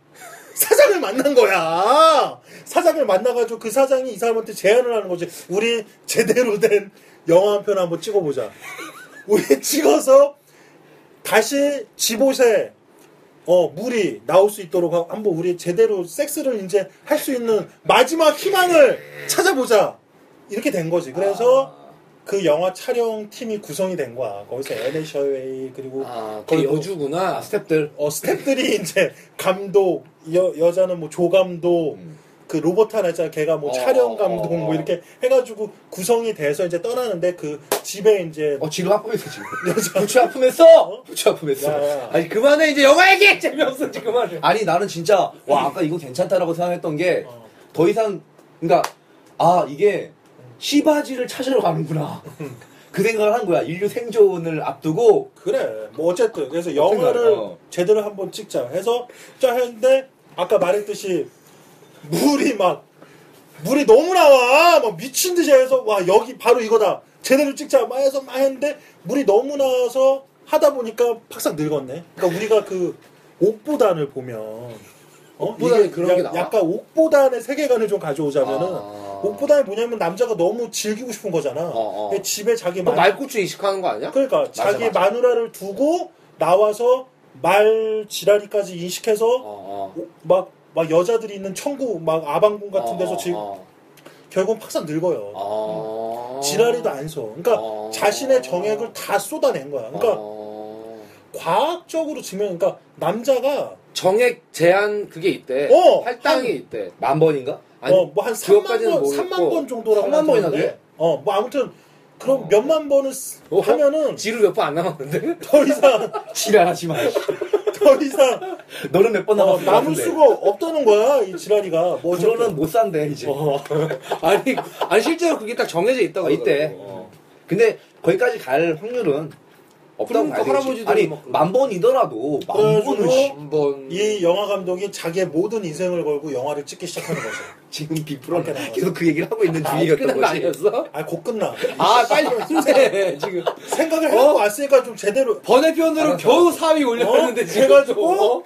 S1: 사장을 만난 거야. 사장을 만나가지고 그 사장이 이 사람한테 제안을 하는 거지. 우리 제대로 된 영화 한 편 한번 찍어보자. 우리 찍어서 다시 집옷에 어 물이 나올 수 있도록 하- 한번 우리 제대로 섹스를 이제 할 수 있는 마지막 희망을 찾아보자. 이렇게 된 거지. 그래서
S3: 아.
S1: 그 영화 촬영 팀이 구성이 된 거야. 거기서 LA 셔웨이 그리고
S3: 아, 그
S1: 거의 뭐-
S3: 여주구나
S2: 스탭들
S1: 어, 스탭들이 <laughs> 이제 감독 여, 여자는 뭐 조감독 그 로버트 하나 있잖아 걔가 뭐
S3: 음. 어,
S1: 촬영 감독
S3: 어,
S1: 뭐
S3: 어.
S1: 이렇게 해가지고 구성이 돼서 이제 떠나는데 그 집에 이제
S2: 어, 지금 하고 있어,
S3: <laughs>
S2: 지금.
S3: 부추 아픔했어
S2: 부채 아픔했어.
S1: 야, 야.
S3: 아니 그만해 이제 영화 얘기 재미없어 지금 그만해
S2: <laughs> 아니 나는 진짜 와 아까 이거 괜찮다라고 생각했던 게 더
S1: 어.
S2: 이상 그러니까 아 이게 시바지를
S3: <laughs>
S2: 찾으러 가는구나 그 생각을 한 거야 인류 생존을 앞두고
S1: 그래 뭐 어쨌든 그래서 영화를
S2: 어.
S1: 제대로 한번 찍자 해서 자 했는데 아까 말했듯이 물이 막 물이 너무 나와 막 미친 듯이 해서 와 여기 바로 이거다 제대로 찍자 막 해서 막 했는데 물이 너무 나와서 하다 보니까 팍상 늙었네 그러니까 우리가 그 옥보단을 보면 어,
S3: 옥보단에 그런 게 나와?
S1: 약간 옥보단의 세계관을 좀 가져오자면은
S3: 아.
S1: 옥보단이 뭐냐면 남자가 너무 즐기고 싶은 거잖아.
S3: 어.
S1: 근데 집에 자기
S3: 너
S1: 마...
S3: 말고추 이식하는 거 아니야?
S1: 그러니까 자기
S3: 맞아.
S1: 마누라를 두고 나와서 말 지랄이까지 인식해서
S3: 어, 어.
S1: 막, 막 여자들이 있는 천국 막 아방궁 같은 데서
S3: 어,
S1: 지금
S3: 어,
S1: 결국은 팍상 늙어요.
S3: 어.
S1: 음. 지랄이도 안 써. 그러니까
S3: 어.
S1: 자신의 정액을 다 쏟아낸 거야. 그러니까
S3: 어.
S1: 과학적으로 증명, 그러니까 남자가
S3: 정액 제한 그게 있대.
S1: 어,
S3: 할당이
S1: 한-
S3: 있대.
S2: 만 번인가?
S3: 아니,
S1: 어, 뭐한 3만
S3: 기억까지는
S1: 번,
S3: 모르겠고.
S1: 3만 번 정도라고
S2: 3만 번이나
S1: 하는데.
S2: 돼?
S1: 어, 뭐 아무튼 그럼 몇만 번을 쓰-
S3: 어?
S1: 하면은
S3: 지루 몇 번 안 남았는데? <laughs>
S1: 더 이상
S2: 지랄하지 마.
S1: 더 이상
S2: 너는 몇 번
S1: 어,
S2: 남았을 것
S1: 남을
S2: 같은데.
S1: 수가 없다는 거야 이 지랄이가. 뭐 어쨌든.
S2: 그거는 못 산대 이제.
S3: 어. <laughs> 아니, 아니 실제로 그게 딱 정해져 있다고
S2: 어, 이때.
S3: 그러더라고. 어.
S2: 근데 거기까지 갈 확률은 없다고
S3: 그럼
S2: 봐야
S3: 또
S2: 되지.
S3: 그러니까 할아버지들이
S2: 아니
S3: 막 그러고.
S2: 만 번이더라도 만
S1: 그래가지고
S2: 번을 씨,
S3: 한번
S1: 이 영화 감독이 자기의 모든 인생을 걸고 영화를 찍기 시작하는 거죠.
S2: 지금 비프로는 계속 그 얘기를 하고 있는 중이었던
S3: 아, 끝난 거
S2: 거지.
S3: 아니었어?
S1: 아, 곧 끝나.
S3: <laughs> 아 빨리 끝내 지금
S1: 생각을 해놓고 왔으니까 좀 제대로
S3: 번외편으로 겨우 4위 올렸는데
S1: 어?
S3: 지금
S1: 그래가지고?
S3: 어?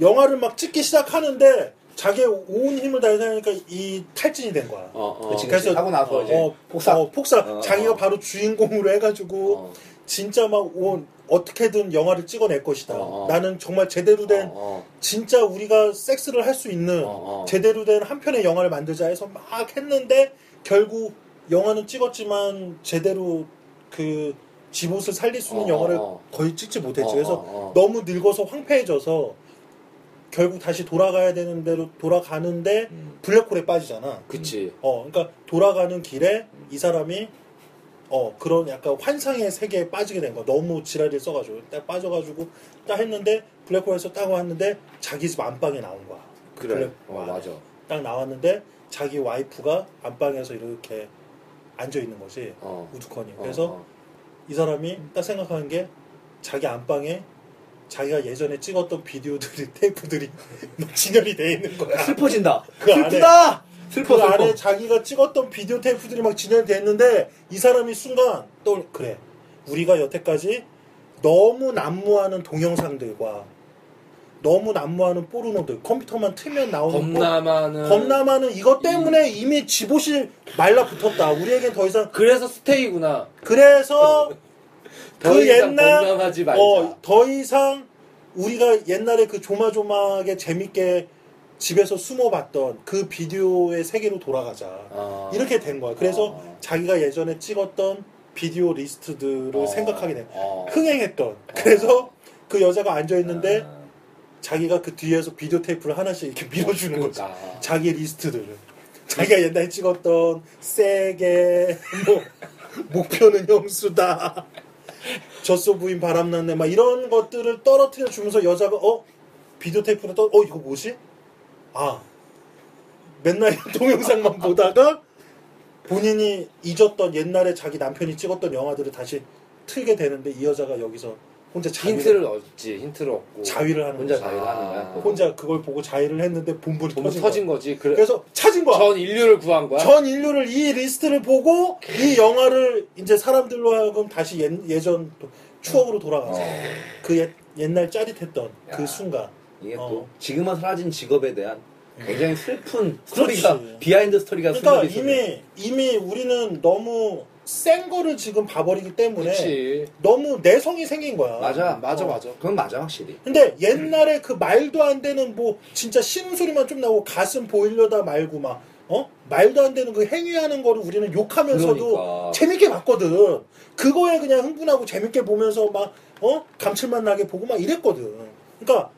S1: 영화를 막 찍기 시작하는데 자기의 온 힘을 다하니까 이 탈진이 된 거야.
S3: 어, 어.
S2: 그치, 그치.
S1: 그래서
S2: 하고 나서 이제
S1: 어,
S2: 폭삭.
S1: 어, 폭삭.
S2: 어,
S1: 자기가
S2: 어.
S1: 바로 주인공으로 해가지고
S3: 어.
S1: 진짜 막 온 어떻게든 영화를 찍어낼 것이다.
S3: 어, 어.
S1: 나는 정말 제대로 된
S3: 어,
S1: 진짜 우리가 섹스를 할 수 있는
S3: 어, 어.
S1: 제대로 된 한 편의 영화를 만들자 해서 막 했는데 결국 영화는 찍었지만 제대로 그 집옷을 살릴 수 있는
S3: 어,
S1: 영화를
S3: 어, 어.
S1: 거의 찍지
S3: 어,
S1: 못했지. 그래서
S3: 어, 어.
S1: 너무 늙어서 황폐해져서 결국 다시 돌아가야 되는 대로 돌아가는데
S3: 음.
S1: 블랙홀에 빠지잖아.
S3: 그치
S1: 어, 그러니까 돌아가는 길에 이 사람이 어 그런 약간 환상의 세계에 빠지게 된 거야. 너무 지랄이 써가지고 딱 빠져가지고 딱 했는데 블랙홀에서 딱 왔는데 자기 집 안방에 나온 거야.
S3: 그래
S1: 블랙홀
S3: 어,
S1: 안에.
S3: 맞아
S1: 딱 나왔는데 자기 와이프가 안방에서 이렇게 앉아 있는 거지
S3: 어.
S1: 우두커니.
S3: 어,
S1: 그래서
S3: 어.
S1: 이 사람이 딱 생각하는 게 자기 안방에 자기가 예전에 찍었던 비디오들이 <laughs> 테이프들이 막 진열이 돼 있는 거야.
S2: 슬퍼진다.
S1: 그 안에-
S2: 슬프다. 슬퍼
S1: 그
S2: 슬퍼.
S1: 안에 자기가 찍었던 비디오 테이프들이 막 진열됐는데 이 사람이 순간 또 그래 우리가 여태까지 너무 난무하는 동영상들과 너무 난무하는 포르노들 컴퓨터만 틀면 나오는
S3: 범람하는
S1: 포- 범람하는 이것 때문에 이미 집옷이 말라붙었다 우리에겐 더 이상
S3: 그래서 스테이구나
S1: 그래서
S3: <laughs> 더
S1: 그
S3: 이상
S1: 옛날
S3: 범람하지 말자
S1: 어, 더 이상 우리가 옛날에 그 조마조마하게 재밌게 집에서 숨어봤던 그 비디오의 세계로 돌아가자.
S3: 아.
S1: 이렇게 된 거야. 그래서
S3: 어.
S1: 자기가 예전에 찍었던 비디오 리스트들을
S3: 어.
S1: 생각하게 돼.
S3: 어.
S1: 흥행했던. 그래서 그 여자가 앉아 있는데 자기가 그 뒤에서 비디오 테이프를 하나씩 이렇게 밀어주는 거지.
S3: 그러니까.
S1: 자기 리스트들을. 자기가 옛날에 찍었던 세게 뭐 목표는 형수다. 젖소 부인 바람났네. 막 이런 것들을 떨어뜨려 주면서 여자가 어 비디오 테이프를 떠. 어 이거 뭐지? 아 맨날 <laughs> 동영상만 보다가 본인이 잊었던 옛날에 자기 남편이 찍었던 영화들을 다시 틀게 되는데 이 여자가 여기서 혼자 자위를
S3: 힌트를 얻지 힌트를 얻고
S1: 자위를 하는
S2: 혼자
S1: 거야.
S2: 자위를 하는 거야.
S3: 아.
S1: 혼자 그걸 보고 자위를 했는데 본분이
S3: 몸이
S1: 터진,
S3: 터진
S1: 거야.
S3: 거지 그래
S1: 그래서 찾은 거야.
S3: 전 인류를 구한 거야
S1: 전 인류를 이 리스트를 보고 이 영화를 이제 사람들로 하여금 다시 옛, 예전 또 추억으로 돌아가서 그 옛, 옛날 짜릿했던 그
S2: 어. 야.
S1: 순간
S2: 예, 이게
S1: 어. 예.
S2: 또 지금은 사라진 직업에 대한 굉장히 슬픈 스토리가
S1: 그렇지.
S2: 비하인드 스토리가
S1: 그러니까
S2: 숨겨져 있었네.
S1: 이미 이미 우리는 너무 센 거를 지금 봐버리기 때문에
S3: 그치
S1: 너무 내성이 생긴 거야
S2: 맞아
S3: 맞아,
S2: 어.
S3: 맞아.
S2: 그건 맞아 확실히
S1: 근데 옛날에 그 말도 안 되는 뭐 진짜 싫은 소리만 좀 나고 가슴 보이려다 말고 막 어? 말도 안 되는 그 행위하는 거를 우리는 욕하면서도
S2: 그러니까.
S1: 재밌게 봤거든. 그거에 그냥 흥분하고 재밌게 보면서 막 어? 감칠맛 나게 보고 막 이랬거든. 그러니까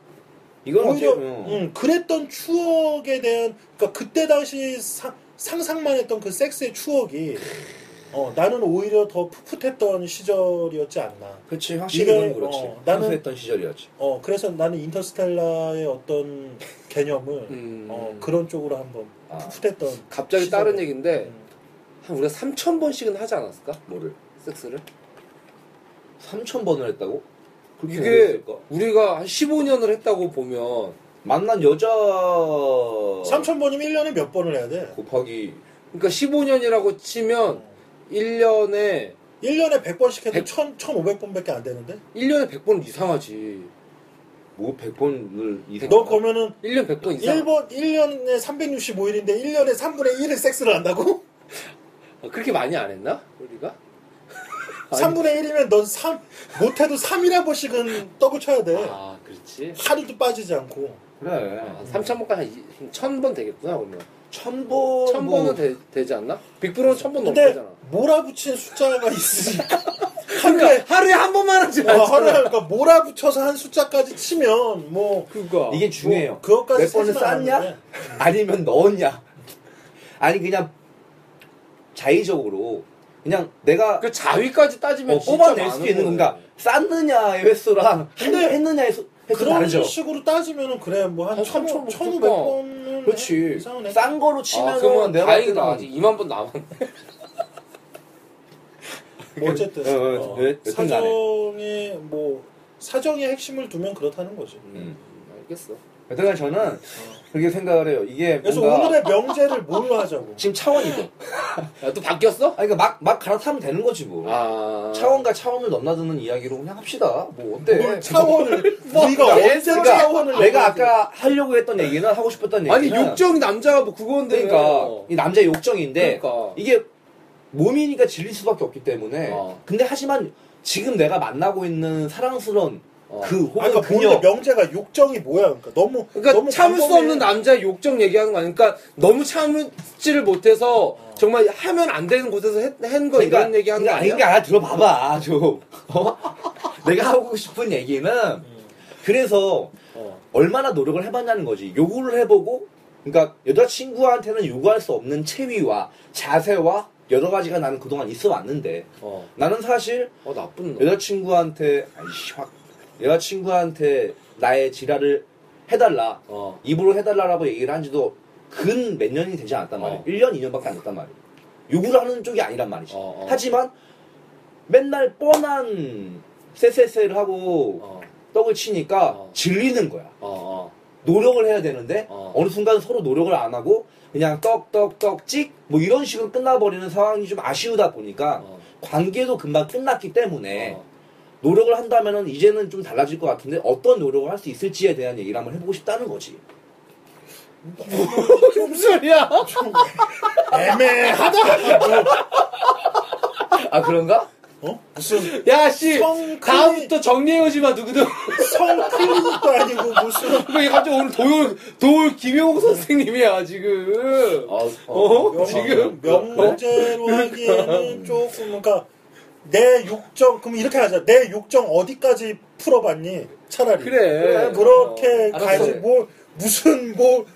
S2: 이건 어떻게
S1: 오히려
S2: 보면
S1: 음, 그랬던 추억에 대한 그러니까 그때 당시 사- 상상만 했던 그 섹스의 추억이 어, 나는 오히려 더 풋풋했던 시절이었지 않나.
S2: 그렇지 확실히
S1: 이게,
S2: 그건 그렇지
S1: 어, 나는-
S2: 순수했던 시절이었지
S1: 어 그래서 나는 인터스텔라의 어떤 개념을
S3: 음.
S1: 어, 그런 쪽으로 한번
S2: 아.
S1: 풋풋했던
S3: 갑자기
S1: 시절에.
S3: 다른 얘기인데
S1: 음.
S3: 한 우리가 3천 번씩은 하지 않았을까
S2: 뭐를
S3: 섹스를
S2: 3천 번을 했다고 그렇게 오래
S3: 이게
S2: 했을까?
S3: 우리가 한 15년을 했다고 보면
S2: 만난 여자
S1: 3천 번이면 1년에 몇 번을 해야 돼?
S2: 곱하기
S3: 그러니까 15년이라고 치면 1년에
S1: 1년에 100번씩 해도
S3: 백-
S1: 1,500번밖에 안 되는데?
S3: 1년에 100번은 이상하지
S2: 뭐 100번을 이상.
S1: 너 그러면은
S3: 1년 100번 이상.
S1: 1번 1년에 365일인데 1년에 3분의 1을 섹스를 한다고?
S3: 어, 그렇게 많이 안 했나? 우리가?
S1: 3분의 1이면 넌 3, 못해도 3일에 번씩은 떡을 쳐야 돼.
S3: 아, 그렇지.
S1: 하루도 빠지지 않고.
S2: 그래.
S3: 아, 3,000번까지 한 1,000번 되겠구나, 그러면.
S1: 어,
S2: 천 번.
S3: 1,000번은 되, 지 않나? 빅브로는 1,000번 넘게
S1: 뭐. 근데
S3: 되잖아.
S1: 몰아붙인 숫자가 있으니까.
S3: 그러니까 하루에 한 번만 하지
S1: 와,
S3: 않잖아.
S1: 하루에 그러니까 몰아붙여서 한 숫자까지 치면 뭐
S3: 그거.
S2: 이게 중요해요.
S1: 뭐 그것까지
S2: 몇 번을
S1: 세지는
S2: 쌌냐?
S1: 않았는데.
S2: <laughs> 아니면 넣었냐? <laughs> 아니 그냥 자의적으로 그냥 내가
S3: 그 자위까지 따지면
S2: 뭐
S3: 진짜
S2: 뽑아낼
S3: 많은
S2: 수도 있는
S3: 거네.
S2: 건가? 쌌느냐의 횟수랑
S1: 근데
S2: 했느냐의 횟수 횟수
S1: 그런
S2: 다르죠.
S1: 식으로 따지면은 그래 뭐한
S3: 한
S1: 1,500번
S3: 3,000,
S1: 은
S2: 그렇지.
S1: 이상은 했-
S2: 싼 거로
S3: 아,
S2: 치면은
S3: 그러면
S2: 내가 봤을 때는
S3: 다행이다. 아직 2만 번 남았네.
S1: 뭐 어쨌든
S2: 어, 어,
S1: 어,
S2: 여- 여튼 간에.
S1: 사정의 뭐 사정의 핵심을 두면 그렇다는 거지.
S2: 음.
S3: 알겠어.
S2: 여튼간 저는 어. 그렇게 생각을 해요. 이게
S1: 그래서
S2: 뭔가
S1: 오늘의 명제를 뭘로
S2: <laughs>
S1: 하자고.
S2: 지금 차원이고.
S3: 야, 또 바뀌었어?
S2: 아니 그러니까 막, 막 갈아타면 되는 거지 뭐.
S3: 아.
S2: 차원과 차원을 넘나드는 이야기로 그냥 합시다. 뭐 어때?
S1: 뭘 차원을 우리가
S2: 그러니까
S1: 언제 차원을
S2: 내가
S1: 넘나드는
S2: 아까 하려고 했던 얘기는 하고 싶었던 얘기는
S3: 아니, 욕정이 남자가 뭐 그건데.
S2: 그러니까 네. 이 남자의 욕정인데
S3: 그러니까.
S2: 이게 몸이니까 질릴 수밖에 없기 때문에
S3: 어.
S2: 근데 하지만 지금 내가 만나고 있는 사랑스러운
S3: 어.
S2: 그
S1: 아니,
S2: 혹은
S1: 그러니까
S2: 그녀
S1: 뭔데 명제가 욕정이 뭐야? 그러니까 너무
S3: 그러니까
S1: 너무
S3: 참을 수
S1: 광범위해.
S3: 없는 남자의 욕정 얘기하는 거 아니니까 너무 참지를 못해서 정말 하면 안 되는 곳에서 했, 한거 이런 얘기하는 거
S2: 어. 그러니까
S3: 아니야?
S2: 아닌 게 아니라 들어봐봐 좀 어? <laughs> 내가 하고 싶은 얘기는 그래서
S3: 어.
S2: 얼마나 노력을 해봤냐는 거지 요구를 해보고 그러니까 여자친구한테는 요구할 수 없는 체위와 자세와 여러 가지가 나는 그동안 있어 왔는데
S3: 어.
S2: 나는 사실
S3: 어, 나쁜 놈.
S2: 여자친구한테 아이씨 확 여자친구한테 나의 지랄을 해달라
S3: 어.
S2: 입으로 해달라라고 얘기를 한지도 근 몇 년이 되지 않았단 말이야
S3: 어.
S2: 1년 2년밖에 안 됐단 말이야 요구를 하는 쪽이 아니란 말이지
S3: 어, 어.
S2: 하지만 맨날 뻔한 쎄쎄쎄를 하고
S3: 어.
S2: 떡을 치니까
S3: 어.
S2: 질리는 거야
S3: 어, 어.
S2: 노력을 해야 되는데
S3: 어.
S2: 어. 느 순간 서로 노력을 안 하고 그냥 떡떡떡 찍 뭐 이런 식으로 끝나버리는 상황이 좀 아쉬우다 보니까
S3: 어.
S2: 관계도 금방 끝났기 때문에
S3: 어.
S2: 노력을 한다면은 이제는 좀 달라질 것 같은데 어떤 노력을 할 수 있을지에 대한 얘기를 한번 해보고 싶다는 거지.
S3: 무슨 소리야?
S2: <laughs>
S1: 애매하다.
S3: 아, 그런가?
S1: 어? 무슨
S3: 야, 씨.
S1: 성
S3: 다음부터 정리해오지마, 누구든.
S1: 성 클리닉도 아니고 무슨
S3: 그러니까 이게 갑자기 오늘 도울, 도울 김용욱 선생님이야, 지금.
S2: 어,
S3: 어?
S1: 명-
S3: 지금? 어?
S1: 명제로 하기에는 조금 그러니까 내 욕정 그럼 이렇게 하자. 내 욕정 어디까지 풀어봤니? 차라리
S3: 그래.
S1: 그렇게
S3: 어, 알았어.
S1: 가지 뭘 무슨 뭐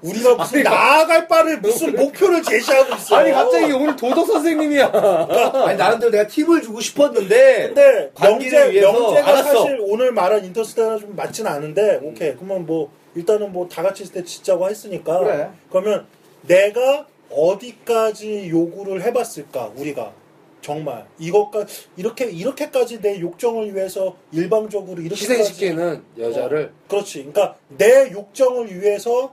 S1: 우리가 무슨
S3: 아니,
S1: 나아갈 바를 무슨 목표를 제시하고 있어.
S3: 아니, 갑자기 오늘 도덕 선생님이야.
S2: 아니 나름대로 내가 팁을 주고 싶었는데
S1: 근데
S2: 관계를
S1: 명제
S2: 위해서
S1: 명제가
S2: 알았어. 음.
S1: 사실 오늘 말한 인터스텔라 좀 맞진 않은데 오케이 그러면 뭐 일단은 뭐 다 같이 있을 때 짓자고 했으니까
S2: 그래.
S1: 러면 내가 어디까지 요구를 해봤을까 우리가 정말 이것까지 이렇게 이렇게까지 내 욕정을 위해서 일방적으로 이렇게
S3: 희생시키는 여자를.
S1: 그렇지 그러니까 내 욕정을 위해서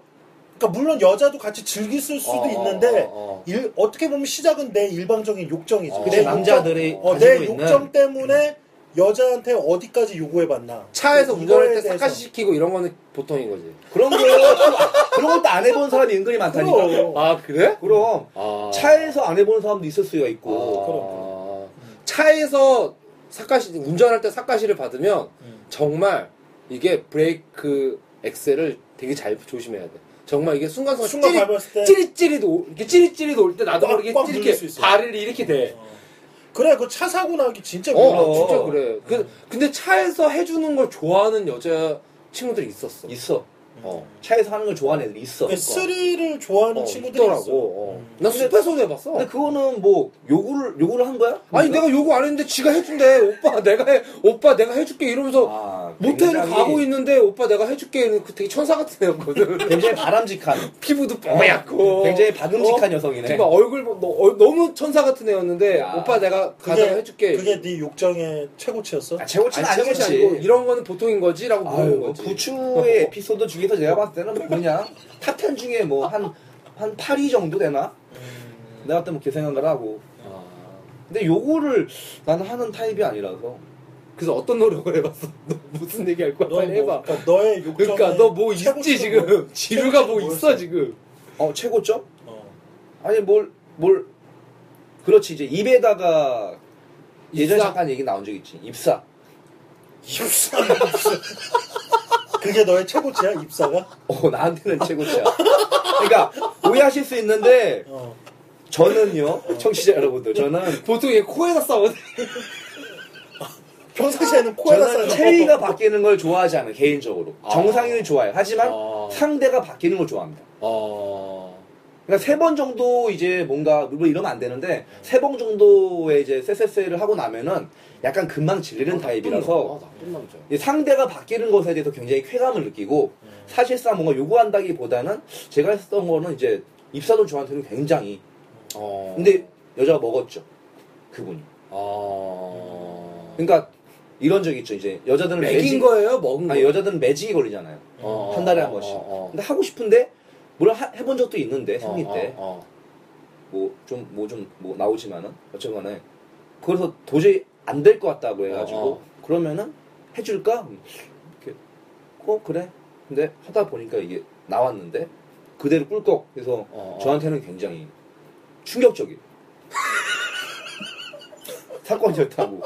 S1: 그러니까 물론 여자도 같이 즐길 수도
S3: 어,
S1: 있는데
S3: 어, 어.
S1: 일- 어떻게 보면 시작은 내 일방적인 욕정이지
S3: 어.
S2: 근데
S1: 내
S2: 남자들이
S1: 어,
S2: 가지고
S1: 내
S2: 있는
S1: 욕정 때문에 여자한테 어디까지 요구해봤나?
S3: 음.
S1: 그
S3: 차에서 운전할
S1: 이거에
S3: 때
S1: 대해서.
S3: 사카시 시키고 이런 거는 보통인 거지.
S2: 그런 거 그런 것도 안 해본 사람이 은근히 많다니까.
S1: 그럼.
S3: 아, 그래?
S2: 그럼
S3: 아.
S2: 차에서 안 해본 사람도 있을 수가 있고
S3: 아, 차에서 사카시 운전할 때 사카시를 받으면
S1: 음.
S3: 정말 이게 브레이크 엑셀을 되게 잘 조심해야 돼. 정말 이게 순간순간
S1: 순간
S3: 찌릿-
S1: 밟았을 때
S3: 찌릿찌릿 오- 이렇게 찌릿찌릿 올 때 나도
S1: 꽉,
S3: 모르게
S1: 꽉 눌릴 수
S3: 이렇게
S1: 있어.
S3: 발을 이렇게 돼.
S1: 그래, 그 차 사고 나기 진짜
S3: 어,
S1: 무서워.
S2: 그럼.
S3: 진짜 그래. 그, 근데 차에서 해주는 걸 좋아하는 여자 친구들이 있었어.
S2: 있어.
S3: 어.
S2: 차에서 하는 걸 좋아하는 애들이 있어. 그러니까.
S1: 그 스릴을 좋아하는
S3: 그러니까. 어,
S1: 친구들이 있어.
S3: 있더라고. 어.
S1: 음.
S3: 난 숲에서도 해봤어.
S2: 근데 그거는 뭐 요구를 요구를 한 거야?
S3: 아니 내가 요구 안 했는데 지가 해준대. 오빠 내가 해, 오빠 내가 해줄게 이러면서
S2: 아,
S3: 모텔을
S2: 굉장히-
S3: 가고 있는데 오빠 내가 해줄게 이러는 그 되게 천사 같은 애였거든.
S2: <laughs>
S3: <laughs>
S2: 굉장히 바람직한
S3: 피부도 뽀얗고
S2: 어, 굉장히 박음직한
S3: 어?
S2: 여성이네.
S3: 정말 얼굴 보- 너, 얼- 너무 천사 같은 애였는데
S2: 야.
S3: 오빠 내가 가서
S1: 그게
S3: 해줄게.
S1: 그게 네 욕정의 최고치였어?
S2: 아, 최고치는
S3: 아니, 뭐 최고치 아니고
S2: 아니겠지.
S3: 이런 거는 보통인 거지라고 물어본
S2: 아유,
S3: 거지.
S2: 뭐 부추의 에피소드 중에서 제가 봤을 때는 뭐냐 탑10 중에 뭐 한 한 8위 정도 되나? 내가 그때 뭐 이렇게 생각을 하고
S3: 음. 아,
S2: 근데 요거를 나는 하는 타입이 아니라서
S3: 그래서 어떤 노력을 해봤어? <laughs> 너 무슨 얘기 할 거야?
S1: 넌
S3: 빨리 해봐.
S1: 뭐, 그러니까 너의 욕
S3: 그러니까 너 뭐 있지 지금? <laughs> 지루가 뭐 있어 지금?
S2: 어 최고점?
S1: 어.
S3: <laughs>
S2: 아니 뭘 뭘 그렇지 이제 입에다가 예전에
S3: 입사?
S2: 잠깐 얘기 나온 적 있지 입사
S1: 입사. 그게 너의 최고치야 입사가?
S2: 어 나한테는 최고치야 그러니까 오해하실 수 있는데
S1: 어.
S2: 저는요 청취자 여러분들 저는
S3: 보통 얘 코에다 싸워.
S1: 평상시에는 코에다 싸는
S2: 저는 체위가 바뀌는 걸 좋아하지 않아요 개인적으로
S3: 아.
S2: 정상인을 좋아해요 하지만
S3: 아.
S2: 상대가 바뀌는 걸 좋아합니다
S3: 어.
S2: 그러니까 세 번 정도 이제 뭔가 물론 이러면 안 되는데 세 번 정도의 이제 쎄쎄쎄를 하고 나면은 약간 금방
S3: 어,
S2: 질리는 타입이라서
S3: 아, 나쁜 남자.
S2: 이 상대가 바뀌는 것에 대해서 굉장히 쾌감을 느끼고
S3: 음.
S2: 사실상 뭔가 요구한다기보다는 제가 했던 거는 이제 입사도 저한테는 굉장히
S3: 어. 아.
S2: 근데 여자가 먹었죠 그분이
S3: 어.
S2: 그러니까 이런 적 있죠 이제
S3: 음.
S2: 여자들은
S3: 맥인
S2: 매직
S3: 거예요? 먹은 거.
S2: 아니 여자들은 매직이 걸리잖아요
S3: 어,
S2: 한 달에
S3: 어,
S2: 한 번씩.
S3: 어, 어.
S2: 근데 하고 싶은데 뭘 하- 해본 적도 있는데 생리
S3: 어,
S2: 때.
S3: 어,
S2: 뭐 좀 뭐 좀 뭐 나오지만은 어쨌거나 그래서 도저히 안 될 것 같다고 해가지고
S3: 어, 어.
S2: 그러면은 해줄까 이렇게 어 그래 근데 하다 보니까 이게 나왔는데 그대로 꿀꺽 해서
S3: 어, 어.
S2: 저한테는 굉장히
S3: <laughs>
S2: 충격적인 사건이었다고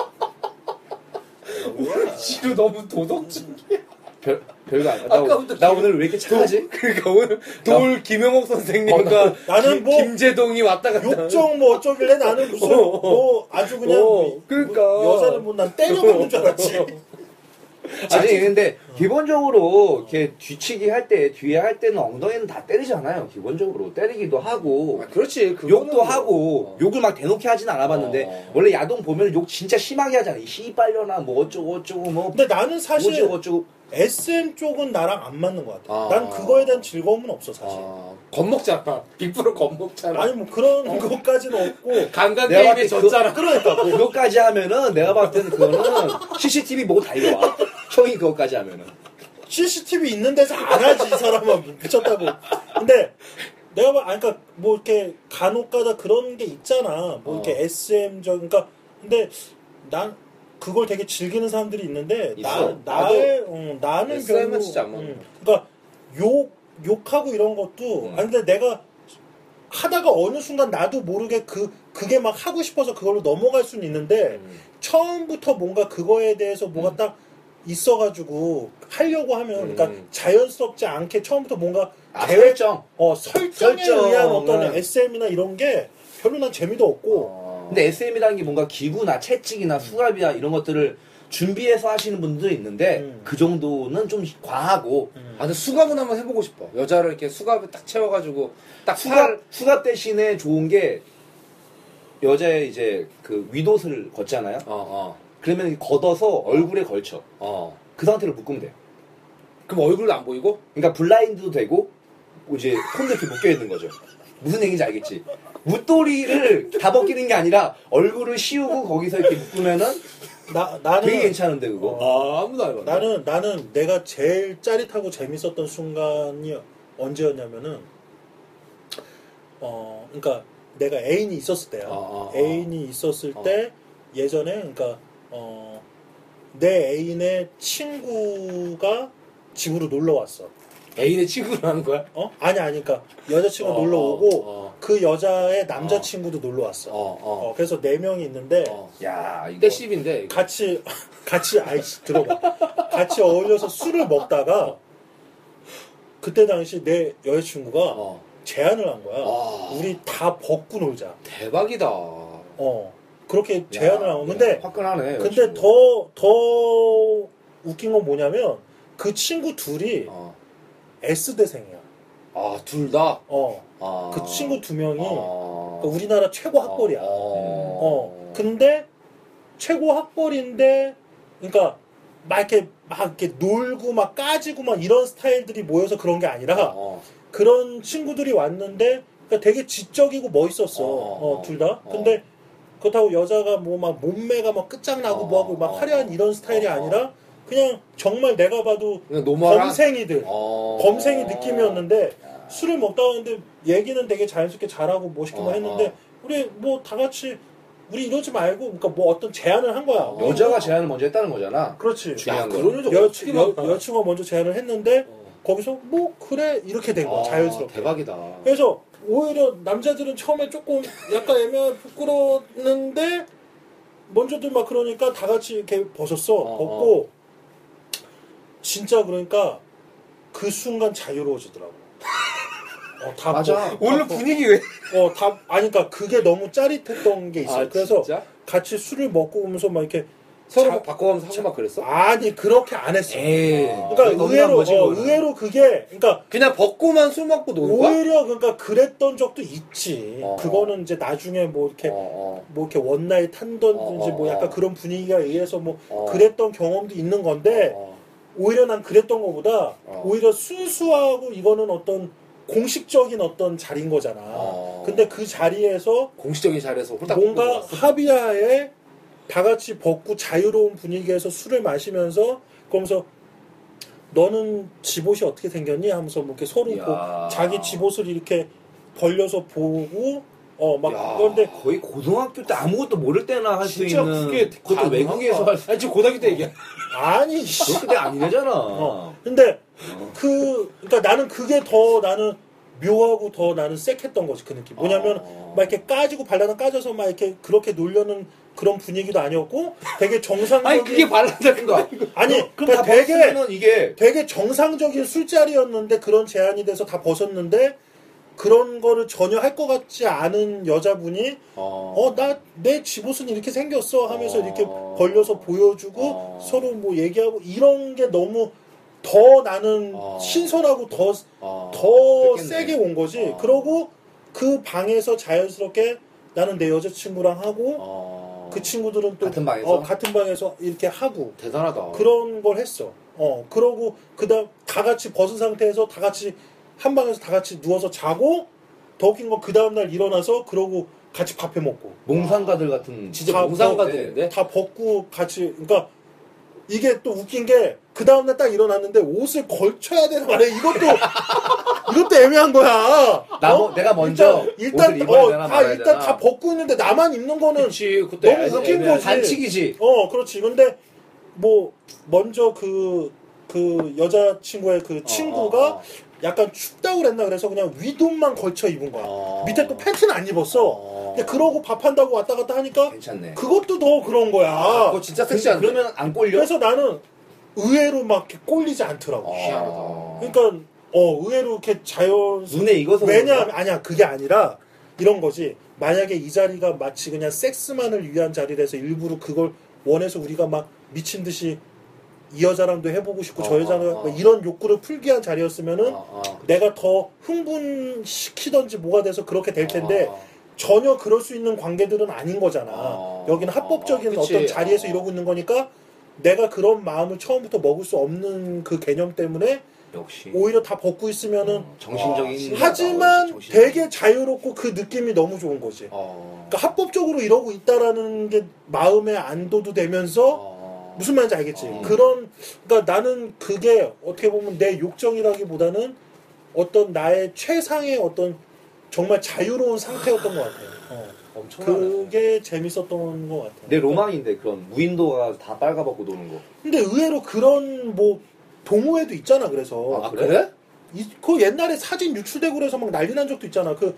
S3: 어. 지루 너무 도덕적. <laughs>
S2: 별 별거 아니야 나, 오-
S3: 아까부터
S2: 나
S3: 기분-
S2: 오늘 왜 이렇게 착하지
S3: 그러니까 오늘 돌 김영옥 선생님과
S2: 어,
S1: 나는
S3: 김-
S1: 뭐
S3: 김재동이 왔다
S1: <laughs>
S3: 갔다.
S1: 욕정 뭐 어쩌길래 나는 무슨
S3: 어, 어.
S1: 뭐 아주 그냥
S3: 어,
S1: 뭐
S3: 그러니까.
S1: 여자를 뭐난 때려먹는 줄 알았지.
S2: 아니 근데
S3: 어.
S2: 기본적으로 이렇게 뒤치기 할 때 뒤에 할 때는 엉덩이는 다 때리잖아요 기본적으로 때리기도 하고
S3: 아, 그렇지. 그거는
S2: 욕도
S3: 뭐.
S2: 하고
S3: 어.
S2: 욕을 막 대놓게 하진 않아봤는데
S3: 어.
S2: 원래 야동 보면 욕 진짜 심하게 하잖아 이 씨발려나 뭐 어쩌고 어쩌고 뭐
S1: 근데 나는 사실
S2: 어쩌고 어쩌고
S1: SM 쪽은 나랑 안 맞는 것 같아.
S3: 아.
S1: 난 그거에 대한 즐거움은 없어 사실.
S3: 아, 겁먹잖아. <laughs> 빅프로 겁먹잖아.
S1: 아니 뭐 그런
S3: 어.
S1: 것까지는 없고
S3: 강간
S2: 내가
S3: 게임에
S2: 봤을 때
S3: 졌잖아.
S2: 그러니까 그것까지 하면은 내가 봤을 때는 그거는 <laughs> CCTV 보고 달려와 <laughs> 형이 그것까지 하면은
S1: CCTV 있는 데서 안 하지 이 사람은 미쳤다고. 근데 내가 봐, 아니, 그러니까 뭐 이렇게 간혹가다 그런 게 있잖아. 뭐 이렇게
S3: 어.
S1: SM적, 그러니까 근데 난 그걸 되게 즐기는 사람들이 있는데
S2: 있어.
S1: 나 나의 응, 나는
S3: SM은
S1: 별로.
S3: 진짜 안 맞는
S1: 응. 그러니까 욕 욕하고 이런 것도.
S3: 음.
S1: 아니 근데 내가 하다가 어느 순간 나도 모르게 그 그게 막 하고 싶어서 그걸로 넘어갈 수는 있는데 처음부터 뭔가 그거에 대해서 뭐가
S2: 음.
S1: 딱 있어가지고 하려고 하면
S3: 음.
S1: 그러니까 자연스럽지 않게 처음부터 뭔가
S2: 아,
S1: 계획
S2: 설정
S1: 어 설정에
S2: 설정을. 어.
S1: 의한 어떤 SM이나 이런 게 별로 난 재미도 없고
S2: 근데 SM이라는 게 뭔가 기구나 채찍이나 수갑이나 이런 것들을 준비해서 하시는 분도 있는데
S1: 음.
S2: 그 정도는 좀 과하고
S3: 아, 근데 수갑은 한번 해보고 싶어. 여자를 이렇게 수갑에 딱 채워가지고 딱
S2: 수갑
S3: 팔.
S2: 수갑 대신에 좋은 게 여자의 이제 그 윗옷을 걷잖아요.
S3: 어, 어,
S2: 그러면 걷어서 얼굴에 걸쳐
S3: 어.
S2: 그 상태로 묶으면 돼요.
S3: 그럼 얼굴도 안 보이고?
S2: 그러니까 블라인드도 되고 이제 손도 이렇게 묶여 있는 거죠. 무슨 얘기인지 알겠지? 웃돌이를 다 벗기는 게 아니라 얼굴을 씌우고 거기서 이렇게 묶으면은
S1: 나 나는
S2: 되게 괜찮은데 그거.
S3: 아, 아무도 안 해봐.
S1: 나는 나는 내가 제일 짜릿하고 재밌었던 순간이 언제였냐면은 어 그러니까 내가 애인이 있었을 때야.
S3: 아, 아, 아.
S1: 애인이 있었을
S3: 어.
S1: 때 예전에 그러니까 어 내 애인의 친구가 집으로 놀러 왔어.
S3: 애인의 친구를 하는 거야?
S1: 어? 아니 아니 그러니까 여자친구 가
S3: 어,
S1: 놀러
S3: 어,
S1: 오고
S3: 어.
S1: 그 여자의 남자친구도 놀러 왔어.
S3: 어,
S1: 어.
S3: 어.
S1: 그래서 네 명이 있는데
S3: 어.
S2: 야 이거
S3: 이때 10인데.
S1: 같이 <laughs> 같이 아이씨 들어봐 같이 어울려서 술을 먹다가 그때 당시 내 여자친구가
S3: 어.
S1: 제안을 한 거야
S3: 아.
S1: 우리 다 벗고 놀자
S3: 대박이다.
S1: 어 그렇게 제안을
S3: 어,
S1: 한 거. 근데
S3: 그
S2: 화끈하네.
S1: 근데
S2: 여자친구.
S1: 더 더 웃긴 건 뭐냐면 그 친구 둘이
S3: 어.
S1: S 대생이야
S3: 아, 둘 다?
S1: 어그
S3: 아.
S1: 친구 두 명이
S3: 아.
S1: 그러니까 우리나라 최고 학벌이야 어.
S3: 그-
S1: 근데 최고 학벌인데 그러니까 막 이렇게 막 이렇게 놀고 막 까지고 막 이런 스타일들이 모여서 그런 게 아니라
S3: 어.
S1: 그런 친구들이 왔는데 그러니까 되게 지적이고 멋있었어.
S3: 어,
S1: 어, 둘 다.
S3: 어.
S1: 근데 그렇다고 여자가 뭐 막 몸매가 막 끝장나고
S3: 어,
S1: 뭐하고 막
S3: 어,
S1: 화려한 이런 스타일이
S3: 어,
S1: 아니라 그냥 정말 내가 봐도
S3: 그냥 노멀한.
S1: 범생이들
S3: 어.
S1: 범생이 느낌이었는데 술을 먹다 왔는데 얘기는 되게 자연스럽게 잘하고 멋있게 만
S3: 어,
S1: 했는데
S3: 어.
S1: 우리 뭐 다 같이 우리 이러지 말고 그러니까 뭐 어떤 제안을 한 거야. 어.
S2: 여자가 제안을 먼저 했다는 거잖아.
S1: 그렇지.
S2: 중요한 어. 거.
S3: 그런 적
S1: 여,
S3: 어떻게
S1: 여,
S3: 많다.
S1: 여친과 먼저 제안을 했는데 거기서 뭐 그래 이렇게 된 거야
S3: 아,
S1: 자연스럽게.
S3: 대박이다.
S1: 그래서 오히려 남자들은 처음에 조금 약간 애매한 부끄러웠는데 먼저들 막 그러니까 다 같이 이렇게 벗었어
S3: 어,
S1: 벗고 진짜 그러니까 그 순간
S3: <laughs>
S1: 자유로워지더라고. 어, 다
S2: 맞아.
S1: 벗-
S3: 오늘
S1: 다 벗-
S3: 분위기 왜?
S1: 어, 다 아니 그러니까 그게 너무 짜릿했던 게 있어. 요 아, 그래서
S3: 아, 진짜?
S1: 같이 술을 먹고 오면서 막 이렇게
S3: 서로
S1: 자-
S3: 막 바꿔가면서 하고 막 그랬어? 아,
S1: 아니 그렇게 안 했어.
S3: 에이.
S1: 그러니까 의외로 어, 의외로 그게 그러니까
S3: 그냥 벗고만 술 먹고 노는 거야?
S1: 오히려 그러니까 그랬던 적도 있지.
S3: 어.
S1: 그거는 이제 나중에 뭐 이렇게
S3: 어, 어.
S1: 뭐 이렇게 원나잇 한다든지
S3: 어,
S1: 뭐
S3: 어,
S1: 약간
S3: 어.
S1: 그런 분위기가 의해서 뭐
S3: 어.
S1: 그랬던 경험도 있는 건데
S3: 어.
S1: 오히려 난 그랬던 거보다
S3: 어.
S1: 오히려 순수하고 이거는 어떤 공식적인 어떤 자리인 거잖아.
S3: 어.
S1: 근데 그 자리에서
S3: 공식적인 자리에서 홀딱
S1: 뭔가
S3: 벗고
S1: 합의하에 다 같이 벗고 자유로운 분위기에서 술을 마시면서 그러면서 너는 집옷이 어떻게 생겼니 하면서 뭐 이렇게 서로
S2: 이야.
S1: 보- 자기 집옷을 이렇게 벌려서 보고 어 막
S3: 야.
S1: 그런데
S2: 거의 고등학교 때 아무것도 모를 때나 할 수
S3: 진짜
S2: 있는
S3: 그게
S2: 그것도
S3: 가능한가?
S2: 외국에서 할 수. 어,
S3: 아니 지금 고등학교 때 얘기야.
S1: 아니 씨.
S3: <laughs>
S2: 그때 아니잖아.
S1: 어. 근데 그 그러니까 나는 그게 더 나는 묘하고 더 나는 섹했던 거지 그 느낌 뭐냐면
S3: 어.
S1: 막 이렇게 까지고 발라는 까져서 막 이렇게 그렇게 놀려는 그런 분위기도 아니었고 되게 정상적인
S3: 아니 그게 발란다 그거.
S1: 아니
S2: 그럼
S1: 그러니까
S2: 다
S1: 되게
S2: 되게 이게
S1: 되게 정상적인 술자리였는데 그런 제안이 돼서 다 벗었는데 그런 거를 전혀 할 것 같지 않은 여자분이 어 나 내 집옷은 이렇게 생겼어 하면서
S3: 어.
S1: 이렇게 벌려서 보여주고
S3: 어.
S1: 서로 뭐 얘기하고 이런 게 너무 더 나는
S3: 어.
S1: 신선하고 더 더
S3: 어.
S1: 세게 온 거지
S3: 어.
S1: 그러고 그 방에서 자연스럽게 나는 내 여자친구랑 하고
S3: 어.
S1: 그 친구들은 또
S2: 같은 방에서?
S1: 어, 같은 방에서 이렇게 하고
S3: 대단하다.
S1: 그런 걸 했어. 어, 그러고 그다음 다 같이 벗은 상태에서 다 같이 한 방에서 다 같이 누워서 자고 더 웃긴 건 그 다음 날 일어나서 그러고 같이 밥해 먹고
S2: 몽상가들 같은
S3: 진짜 어,
S1: 다
S3: 공상가들인데.
S1: 다 벗고 같이 그러니까 이게 또 웃긴 게 그 다음 날 딱 일어났는데 옷을 걸쳐야 되는 말에 이것도 이것도 <laughs> 애매한 거야. 어?
S2: 나
S3: 어?
S2: 뭐- 내가 먼저
S1: 일단 일단
S2: 옷을 입어야 되나
S1: 어, 다
S2: 말아야
S1: 일단
S2: 되나?
S1: 다 벗고 있는데 나만 입는
S2: <laughs>
S1: 거는
S3: 그렇지 그때
S1: 너무
S3: 애매-
S1: 웃긴 거지.
S3: 반칙이지.
S1: 어, 그렇지. 근데 뭐 먼저 그, 그 여자친구의 그 친구가
S3: 어, 어.
S1: 약간 춥다고 그랬나 그래서 그냥 위돈만 걸쳐 입은 거야.
S3: 어.
S1: 밑에 또 팬티는 안 입었어.
S3: 어.
S1: 근데 그러고 밥한다고 왔다 갔다 하니까
S2: 괜찮네. 아,
S1: 그것도 더 그런 거야.
S3: 어. 아, 그거 진짜 섹시한데.
S2: 그러면 안 꼴려?
S1: 그래서 나는 의외로 막 이렇게 꼴리지
S2: 어.
S1: 않더라고.
S3: 아. 희한하다.
S1: 그러니까 어 의외로 이렇게 자연
S2: 눈에 익어서
S1: 왜냐
S2: 그런가?
S1: 아니야 그게 아니라 이런 거지 만약에 이 자리가 마치 그냥 섹스만을 위한 자리라서 일부러 그걸 원해서 우리가 막 미친 듯이 이 여자랑도 해보고 싶고 저
S3: 어,
S1: 여자랑
S3: 어,
S1: 뭐
S3: 어.
S1: 이런 욕구를 풀기 위한 자리였으면은
S3: 어, 어.
S1: 내가 더 흥분시키던지 뭐가 돼서 그렇게 될 텐데
S3: 어.
S1: 전혀 그럴 수 있는 관계들은 아닌 거잖아
S3: 어,
S1: 여기는 합법적인
S3: 어,
S1: 어,
S3: 그치.
S1: 떤 자리에서
S3: 어.
S1: 이러고 있는 거니까 내가 그런 마음을 처음부터 먹을 수 없는 그 개념 때문에
S2: 역시
S1: 오히려 다 벗고 있으면은
S3: 와,
S2: 예. 음. 정신적인
S1: 하지만
S2: 정신-
S1: 되게 자유롭고 그 느낌이 너무 좋은 거지.
S2: 아,
S3: 어.
S1: 그러니까 합법적으로 이러고 있다라는 게 마음의 안도도
S2: 아.
S1: 되면서
S3: 어.
S1: 무슨 말인지 알겠지.
S3: 어.
S1: 그런 그러니까 나는 그게 어떻게 보면 내 욕정이라기보다는 어떤 나의 최상의 어떤 정말 자유로운 상태였던 것 같아요. 어.
S3: 엄청나네.
S1: 그게 재밌었던 것 같아요.
S3: 네,
S2: 내 로망인데 그런 무인도가 다 빨가벗고 노는 거.
S1: 근데 의외로 그런 뭐 동호회도 있잖아. 그래서
S3: 아 그래?
S1: 이- 그 옛날에 사진 유출되고 그래서 막 난리 난 적도 있잖아. 그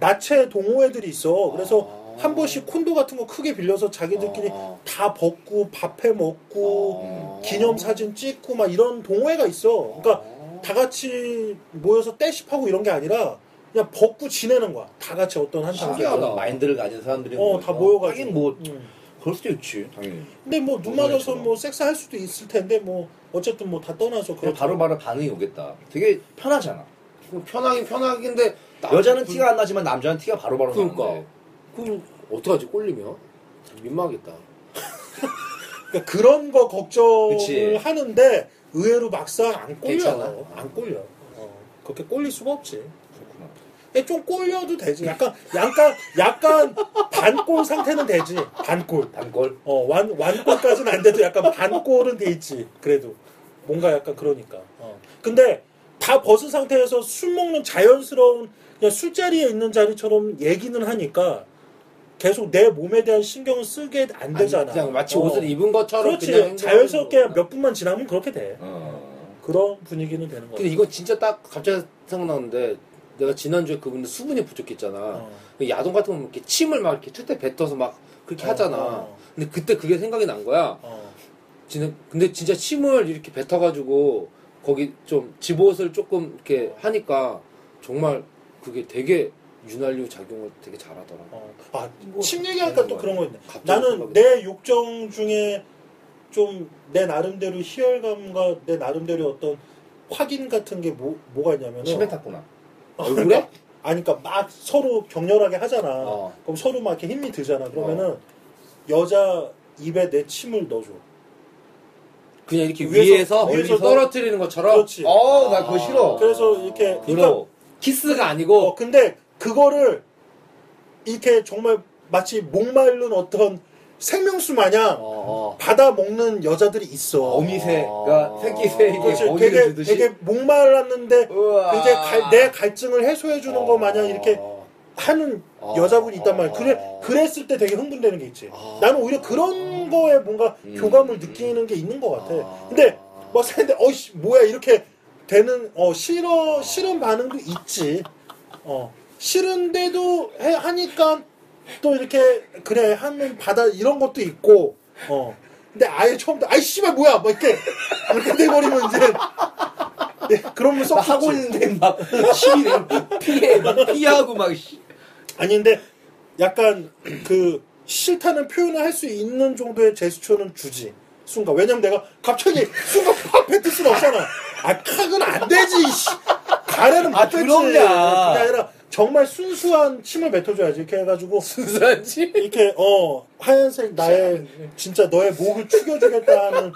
S1: 나체 동호회들이 있어. 그래서
S3: 아.
S1: 한 번씩 콘도 같은 거 크게 빌려서
S2: 아,
S1: 자기들끼리
S3: 어.
S1: 다 벗고 밥해 먹고
S3: 어.
S1: 기념 사진 찍고 막 이런 동호회가 있어. 그러니까
S3: 아.
S1: 다 같이 모여서 떼십하고 이런 게 아니라 그냥 벗고 지내는 거야. 다 같이 어떤 한 장소에.
S3: 신기하다. 네, 그러니까.
S2: 그런 아, 마인드를 가진 사람들이
S1: 어, 다 모여가지고.
S2: 하긴 뭐
S1: 음.
S2: 그럴 수도 있지. 당연히.
S1: 근데 뭐 눈 맞아서 뭐 섹스할 수도 있을 텐데 뭐 어쨌든 뭐 다 떠나서
S2: 그냥
S1: 그렇죠.
S2: 바로바로 반응이 오겠다. 되게 편하잖아.
S3: 그럼 편하긴 편하긴데 나-
S2: 여자는 티가 안 나지만 남자는 티가 바로바로
S3: 그러니까.
S2: 나는데.
S3: 그럼 어떡하지 꼴리면 민망하겠다.
S1: 그러니까 그런 거 걱정을
S2: 그치.
S1: 하는데 의외로 막상 안
S3: 괜찮아.
S1: 꼴려. 안 꼴려. 어, 그렇게 꼴릴 수가 없지.
S2: 그렇구나.
S1: 근데 좀 꼴려도 되지. 약간 약간 약간 반꼴 상태는 되지. 반꼴.
S2: 단골.
S1: 어, 완 완꼴까지는 안 돼도 약간 반꼴은 돼 있지. 그래도 뭔가 약간 그러니까. 어. 근데 다 벗은 상태에서 술 먹는 자연스러운 그냥 술자리에 있는 자리처럼 얘기는 하니까 계속 내 몸에 대한 신경을 쓰게 안 되잖아.
S3: 그냥 마치
S1: 어.
S3: 옷을 입은 것처럼 그냥
S1: 그렇지.
S3: 행동하는
S1: 자연스럽게
S3: 거구나.
S1: 몇 분만 지나면 그렇게 돼.
S2: 어.
S1: 그런 분위기는 되는 거야.
S3: 근데 이건 진짜 딱 갑자기 생각나는데 내가 지난주에 그분들 수분이 부족했잖아.
S1: 어.
S3: 그 야동 같은 거면 이렇게 침을 막 이렇게 틀때 뱉어서 막 그렇게
S1: 어,
S3: 하잖아.
S1: 어.
S3: 근데 그때 그게 생각이 난 거야.
S1: 어.
S3: 지는 근데 진짜 침을 이렇게 뱉어가지고 거기 좀 집옷을 조금 이렇게 하니까 정말 그게 되게 윤활유 작용을 되게 잘하더라.
S1: 어. 아,
S3: 뭐,
S1: 침 얘기하니까
S3: 되는
S1: 또
S3: 거야.
S1: 그런 거 있네.
S3: 갑자기
S1: 나는
S3: 생각이
S1: 내 욕정 중에 좀 내 나름대로 희열감과 내 나름대로 어떤 확인 같은 게 뭐, 뭐가 있냐면
S2: 침뱉 탔구나.
S1: <laughs>
S3: 얼굴에?
S1: 아니 그러니까 막 서로 격렬하게 하잖아.
S3: 어.
S1: 그럼 서로 막 이렇게 힘이 들잖아. 그러면은
S2: 어.
S1: 여자 입에 내 침을 넣어줘.
S3: 그냥 이렇게
S1: 위에서-
S3: 위에서,
S1: 위에서
S3: 떨어뜨리는 것처럼
S1: 그렇지. 아,
S2: 어, 나 그거 싫어. 뭐.
S1: 그래서 이렇게 그러니까
S2: 부러워.
S3: 키스가 아니고
S1: 어, 근데 그거를 이렇게 정말 마치 목마른 어떤 생명수 마냥
S3: 어, 어.
S1: 받아 먹는 여자들이 있어.
S2: 어미새가
S3: 어.
S2: 새끼새에게
S1: 아. 그렇지.
S2: 먹이를
S1: 되게
S2: 주듯이. 어.
S1: 되게 목말랐는데
S2: 우와.
S1: 이제 갈- 내 갈증을 해소해 주는 거 마냥 이렇게
S2: 아.
S1: 하는
S3: 어.
S1: 여자분이 있단 말이야.
S3: 어.
S1: 그래 그랬을 때 되게 흥분되는 게 있지.
S3: 어.
S1: 나는 오히려 그런 거에 뭔가
S2: 음.
S1: 교감을 느끼는 게 있는 것 같아.
S3: 어.
S1: 근데 막 사는데 어이씨 뭐야 이렇게 되는 어 싫어 싫은 반응도 있지. 어 싫은데도 해, 하니까 또 이렇게 그래 하는 받아 이런 것도 있고 어 근데 아예 처음부터 아이 씨발 뭐야 막 이렇게 이렇게 돼버리면 이제 예, 그러면
S2: 나
S1: 썩
S2: 하고
S1: 좋지.
S2: 있는데 막 시비를 피해 막 피하고
S3: <laughs>
S2: 막 씨.
S1: 아니 근데 약간 그 싫다는 표현을 할 수 있는 정도의 제스처는 주지 순간 왜냐면 내가 갑자기 순간 팍 뱉을 수는 없잖아 아 칵은 안 되지 이씨. 가래는 못
S2: 아,
S1: 뱉지
S2: 그럼요.
S1: 그게 아니라 정말 순수한 침을 뱉어줘야지 이렇게 해가지고
S3: 순수한지?
S1: 이렇게 어 하얀색 나의 진짜 너의 목을 축여주겠다 하는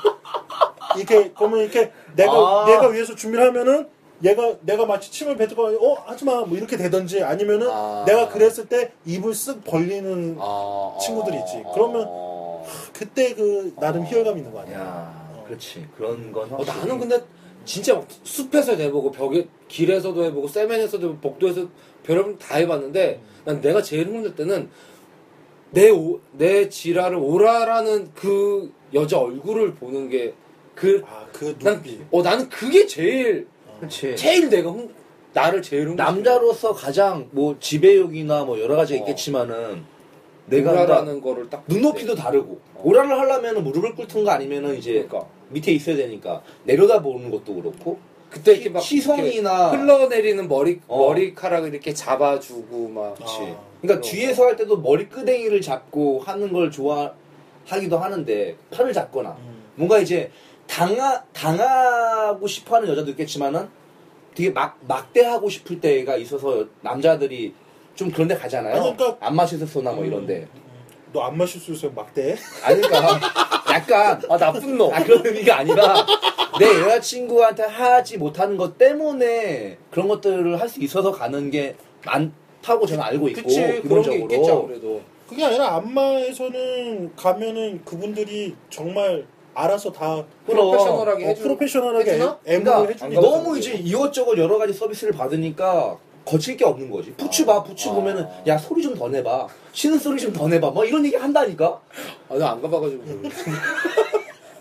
S1: 이렇게 그러면 이렇게 내가
S2: 아.
S1: 내가 위해서 준비를 하면은 얘가 내가 마치 침을 뱉고 어 하지마 뭐 이렇게 되던지 아니면은
S3: 아.
S1: 내가 그랬을 때 입을 쓱 벌리는
S3: 아,
S1: 친구들이 있지. 그러면
S3: 어,
S1: 그때 그 나름 희열감 있는 거 아니야?
S2: 야, 그렇지. 그런 건
S3: 어,
S2: 확실히.
S3: 나는 근데 진짜 막 숲에서 해보고 벽에 길에서도 해보고 세면에서도 해보고 복도에서 별의별 다 해봤는데 난 내가 제일 흥분될 때는 내, 오, 내 지라를 오라라는 그 여자 얼굴을 보는 게그
S1: 아그
S3: 난,
S1: 눈빛.
S3: 어, 나는 그게 제일
S2: 그렇지.
S3: 제일 내가 흥, 나를 제일 흥분
S2: 예. 남자로서 가장 뭐 지배욕이나 뭐 여러 가지가
S3: 어.
S2: 있겠지만은 내가 그러니까
S3: 오라라는 거를 딱
S2: 눈높이도 다르고 오라를 하려면 무릎을 꿇든 거 아니면은 이제
S3: 그러니까.
S2: 밑에 있어야 되니까 내려다보는 것도 그렇고
S3: 그때 이렇게 막
S2: 시선이나
S3: 이렇게 흘러내리는 머리
S2: 어.
S3: 머리카락을 이렇게 잡아주고 막
S2: 그렇지.
S1: 아.
S2: 그러니까 뒤에서 할 때도 머리끄댕이를 잡고 하는 걸 좋아하기도 하는데 팔을 잡거나
S1: 음.
S2: 뭔가 이제 당하 당하고 싶어하는 여자도 있겠지만은 되게 막 막대하고 싶을 때가 있어서 남자들이 좀 그런데 가잖아요.
S1: 아니, 그러니까-
S2: 안 마시셨어나 뭐 이런데
S3: 음.
S1: 너 안 마실 수 있으면 막대.
S3: <laughs>
S2: 아니까 그러니까 약간
S3: 아 나쁜 놈
S2: 아, 그런 의미가 아니라 내 여자친구한테 하지 못하는 것 때문에 그런 것들을 할 수 있어서 가는 게 많다고 저는 알고 있고
S3: 그치 그런 게 있겠지
S2: 기본적으로
S3: 아무래도
S1: 그게 아니라 안마에서는 가면은 그분들이 정말 알아서 다
S3: 프로페셔널하게
S1: 어,
S3: 해주
S1: 프로페셔널하게
S3: 해주나?
S1: 애무를
S2: 그러니까
S1: 해주니까
S2: 너무 이제 이것저것 여러 가지 서비스를 받으니까 거칠 게 없는 거지. 부츠 봐, 부츠
S3: 아.
S2: 보면은 야 소리 좀 더 내봐, 쉬는 소리 좀 더 내봐, 뭐 이런 얘기 한다니까.
S3: 아 나 안 가봐가지고 모르겠어.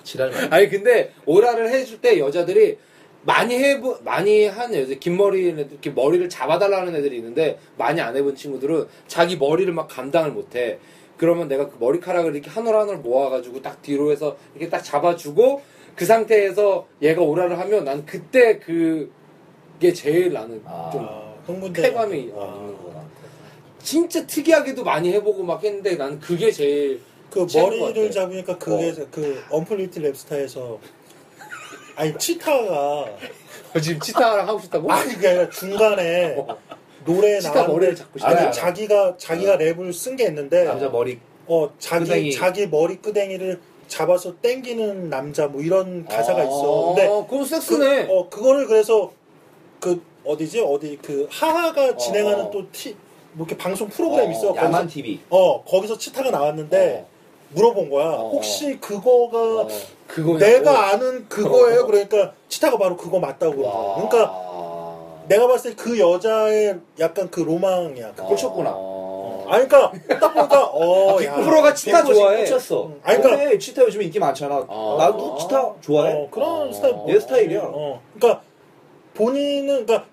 S2: 지랄 말.
S3: 아니 근데 오라를 해줄 때 여자들이 많이 해보 많이 한 여자 긴 머리 애들, 이렇게 머리를 잡아달라는 애들이 있는데 많이 안 해본 친구들은 자기 머리를 막 감당을 못해 그러면 내가 그 머리카락을 이렇게 한 올 한 올 모아가지고 딱 뒤로 해서 이렇게 딱 잡아주고 그 상태에서 얘가 오라를 하면 난 그때 그게 제일 나는
S2: 아.
S3: 좀
S1: 아, 흥분돼.
S3: 쾌감이
S1: 아.
S3: 있는 거야. 진짜 특이하게도 많이 해보고 막 했는데 난 그게 제일
S1: 그
S3: 최고인 것 어.
S1: 머리를
S3: 같아.
S1: 잡으니까 그게 그 언플리트 랩스타에서 아니 치타가
S3: 어, 지금 치타랑 하고 싶다고?
S1: 아니 그게 아니라 중간에 노래
S3: 어. 치타
S1: 나왔는데
S3: 머리를 잡고 어.
S1: 아니,
S2: 싶다.
S1: 자기가 자기가 랩을 쓴 게 있는데
S2: 남자 머리.
S1: 어 자기
S2: 끄댕이.
S1: 자기 머리 끄댕이를 잡아서 땡기는 남자 뭐 이런 가사가 있어. 근데
S3: 아, 그건 섹스네.
S1: 그, 어 그거를 그래서 그 어디지 어디 그 하하가 진행하는
S3: 어.
S1: 또티뭐 이렇게 방송 프로그램 이 있어.
S2: 야만
S1: 거기서,
S2: TV.
S1: 어 거기서 치타가 나왔는데 물어본 거야.
S3: 어.
S1: 혹시 그거가
S3: 그거
S1: 내가 아는 그거예요. 그러니까 치타가 바로 그거 맞다고 그러는 거야. 그러니까 내가 봤을 때 그 여자의 약간 그 로망이야. 그
S3: 아.
S2: 꼴 쳤구나.
S3: 어.
S1: 아니, 그러니까 딱 보니까 어, 야.
S6: 빅브로가 치타 좋아해.
S2: 꽂혔어. 어.
S1: 아니, 그러니까-
S2: 그래, 치타 요즘 인기 많잖아.
S3: 아.
S2: 나도 치타 좋아해.
S1: 어, 그런 스타일.
S2: 얘 스타일이야.
S1: 어, 그러니까 본인은 그러니까